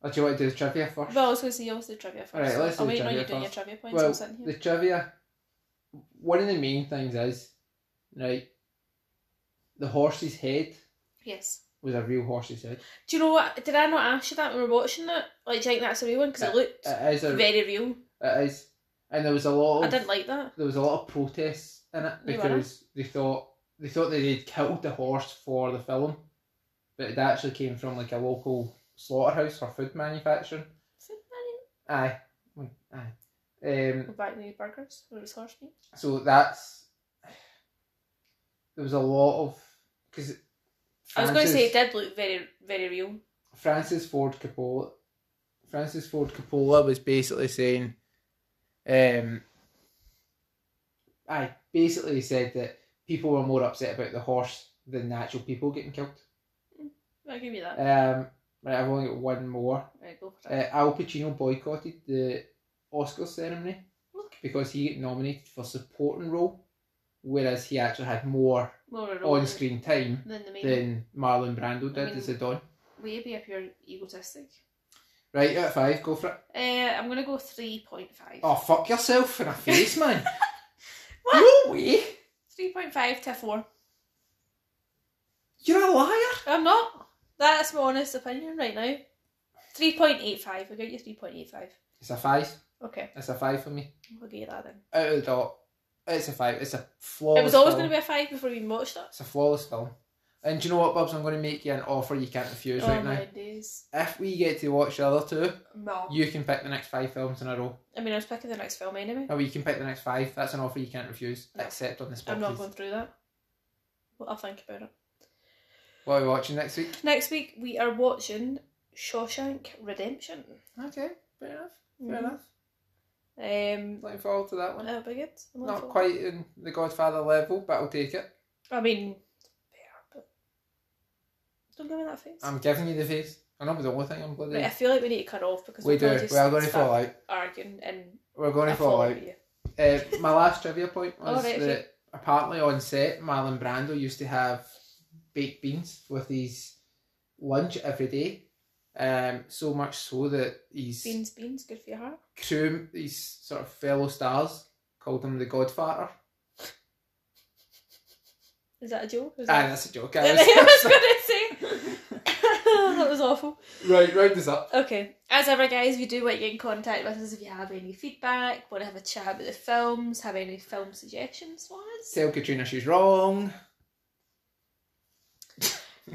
[SPEAKER 2] Or do you want to do the trivia first?
[SPEAKER 1] Well, I was gonna say you also the trivia first.
[SPEAKER 2] Alright, let's do
[SPEAKER 1] I'll
[SPEAKER 2] the
[SPEAKER 1] wait
[SPEAKER 2] trivia
[SPEAKER 1] you doing your
[SPEAKER 2] first.
[SPEAKER 1] trivia points.
[SPEAKER 2] Well,
[SPEAKER 1] I'm sitting here.
[SPEAKER 2] the trivia one of the main things is right the horse's head
[SPEAKER 1] Yes.
[SPEAKER 2] was a real horse's head.
[SPEAKER 1] Do you know what? Did I not ask you that when we were watching it? Like, do you think that's a real one?
[SPEAKER 2] Uh,
[SPEAKER 1] Because it looked
[SPEAKER 2] It is a,
[SPEAKER 1] very real.
[SPEAKER 2] it is and there was a lot of
[SPEAKER 1] I didn't like that.
[SPEAKER 2] there was a lot of protests in it
[SPEAKER 1] They were.
[SPEAKER 2] because they thought they thought that they'd killed the horse for the film, but it actually came from like a local slaughterhouse for food manufacturing. Aye, Mm, aye. Um,
[SPEAKER 1] Go back to the burgers, where it was horse meat.
[SPEAKER 2] so that's there was a lot of because
[SPEAKER 1] I was going to say it did look very, very real.
[SPEAKER 2] Francis Ford Coppola. Francis Ford Coppola was basically saying, um, I basically said that people were more upset about the horse than the actual people getting killed.
[SPEAKER 1] I'll give you that.
[SPEAKER 2] Um, right, I've only got one more.
[SPEAKER 1] right, go for
[SPEAKER 2] Uh,
[SPEAKER 1] it.
[SPEAKER 2] Al Pacino boycotted the Oscar ceremony
[SPEAKER 1] Look.
[SPEAKER 2] because he got nominated for supporting role, whereas he actually had more
[SPEAKER 1] More real
[SPEAKER 2] Uh, on screen time
[SPEAKER 1] than the main.
[SPEAKER 2] than Marlon Brando did as a Don.
[SPEAKER 1] Maybe if you're egotistic.
[SPEAKER 2] Right, out of five, go for it.
[SPEAKER 1] Uh, I'm going to go 3.5.
[SPEAKER 2] Oh, fuck yourself in the face, man.
[SPEAKER 1] What?
[SPEAKER 2] No way.
[SPEAKER 1] 3.5 to 4.
[SPEAKER 2] You're a liar.
[SPEAKER 1] I'm not. That's my honest opinion right now. 3.85. I'll give you 3.85.
[SPEAKER 2] It's a five.
[SPEAKER 1] Okay,
[SPEAKER 2] It's a five for me.
[SPEAKER 1] I'll give you that then.
[SPEAKER 2] Out of the dot. It's a five. It's a flawless
[SPEAKER 1] it was always
[SPEAKER 2] film.
[SPEAKER 1] going to be a 5 before we even watched it.
[SPEAKER 2] It's a flawless film. And do you know what, Bubs? I'm going to make you an offer you can't refuse
[SPEAKER 1] oh
[SPEAKER 2] right
[SPEAKER 1] my
[SPEAKER 2] now.
[SPEAKER 1] days.
[SPEAKER 2] If we get to watch the other two,
[SPEAKER 1] No.
[SPEAKER 2] you can pick the next five films in a row.
[SPEAKER 1] I mean, I was picking the next film anyway.
[SPEAKER 2] No, you can pick the next five. That's an offer you can't refuse.
[SPEAKER 1] No.
[SPEAKER 2] Accept on the spot,
[SPEAKER 1] I'm not
[SPEAKER 2] please.
[SPEAKER 1] going through that. But I'll think about it.
[SPEAKER 2] What are we watching next week?
[SPEAKER 1] Next week, we are watching Shawshank Redemption.
[SPEAKER 2] Okay, fair enough. Fair
[SPEAKER 1] Mhm.
[SPEAKER 2] enough.
[SPEAKER 1] Um,
[SPEAKER 2] Looking forward to that one.
[SPEAKER 1] that'll be good. I'm looking
[SPEAKER 2] Not
[SPEAKER 1] forward-
[SPEAKER 2] quite in the Godfather level, but I'll take it.
[SPEAKER 1] I mean, fair, but don't give me that face.
[SPEAKER 2] I'm giving you the face. I know, but the only thing I'm
[SPEAKER 1] Wait, I
[SPEAKER 2] bloody.
[SPEAKER 1] feel like we need to cut off because
[SPEAKER 2] We
[SPEAKER 1] we'll probably
[SPEAKER 2] do.
[SPEAKER 1] just
[SPEAKER 2] We are going to
[SPEAKER 1] start
[SPEAKER 2] fall out.
[SPEAKER 1] arguing and
[SPEAKER 2] We're going
[SPEAKER 1] I
[SPEAKER 2] to fall
[SPEAKER 1] follow
[SPEAKER 2] out.
[SPEAKER 1] you.
[SPEAKER 2] Uh, my last trivia point was
[SPEAKER 1] Alright,
[SPEAKER 2] that apparently on set, Marlon Brando used to have baked beans with his lunch every day. Um, so much so that his
[SPEAKER 1] Beans, beans, good for your heart.
[SPEAKER 2] crew, his sort of fellow stars, called him the Godfather.
[SPEAKER 1] Is that a joke? Is
[SPEAKER 2] Ah,
[SPEAKER 1] that...
[SPEAKER 2] that's a joke.
[SPEAKER 1] I was going to say that was awful.
[SPEAKER 2] right, round this up.
[SPEAKER 1] Okay, as ever, guys, we do want you to get in contact with us if you have any feedback, want to have a chat about the films, have any film suggestions for us.
[SPEAKER 2] Tell Katrina she's wrong.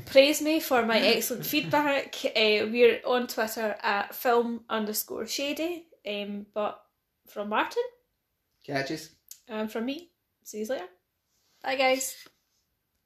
[SPEAKER 1] Praise me for my excellent feedback. Uh, we're on Twitter at film underscore shady. Um, but from Martin
[SPEAKER 2] Catches.
[SPEAKER 1] and from me, see you later. Bye, guys.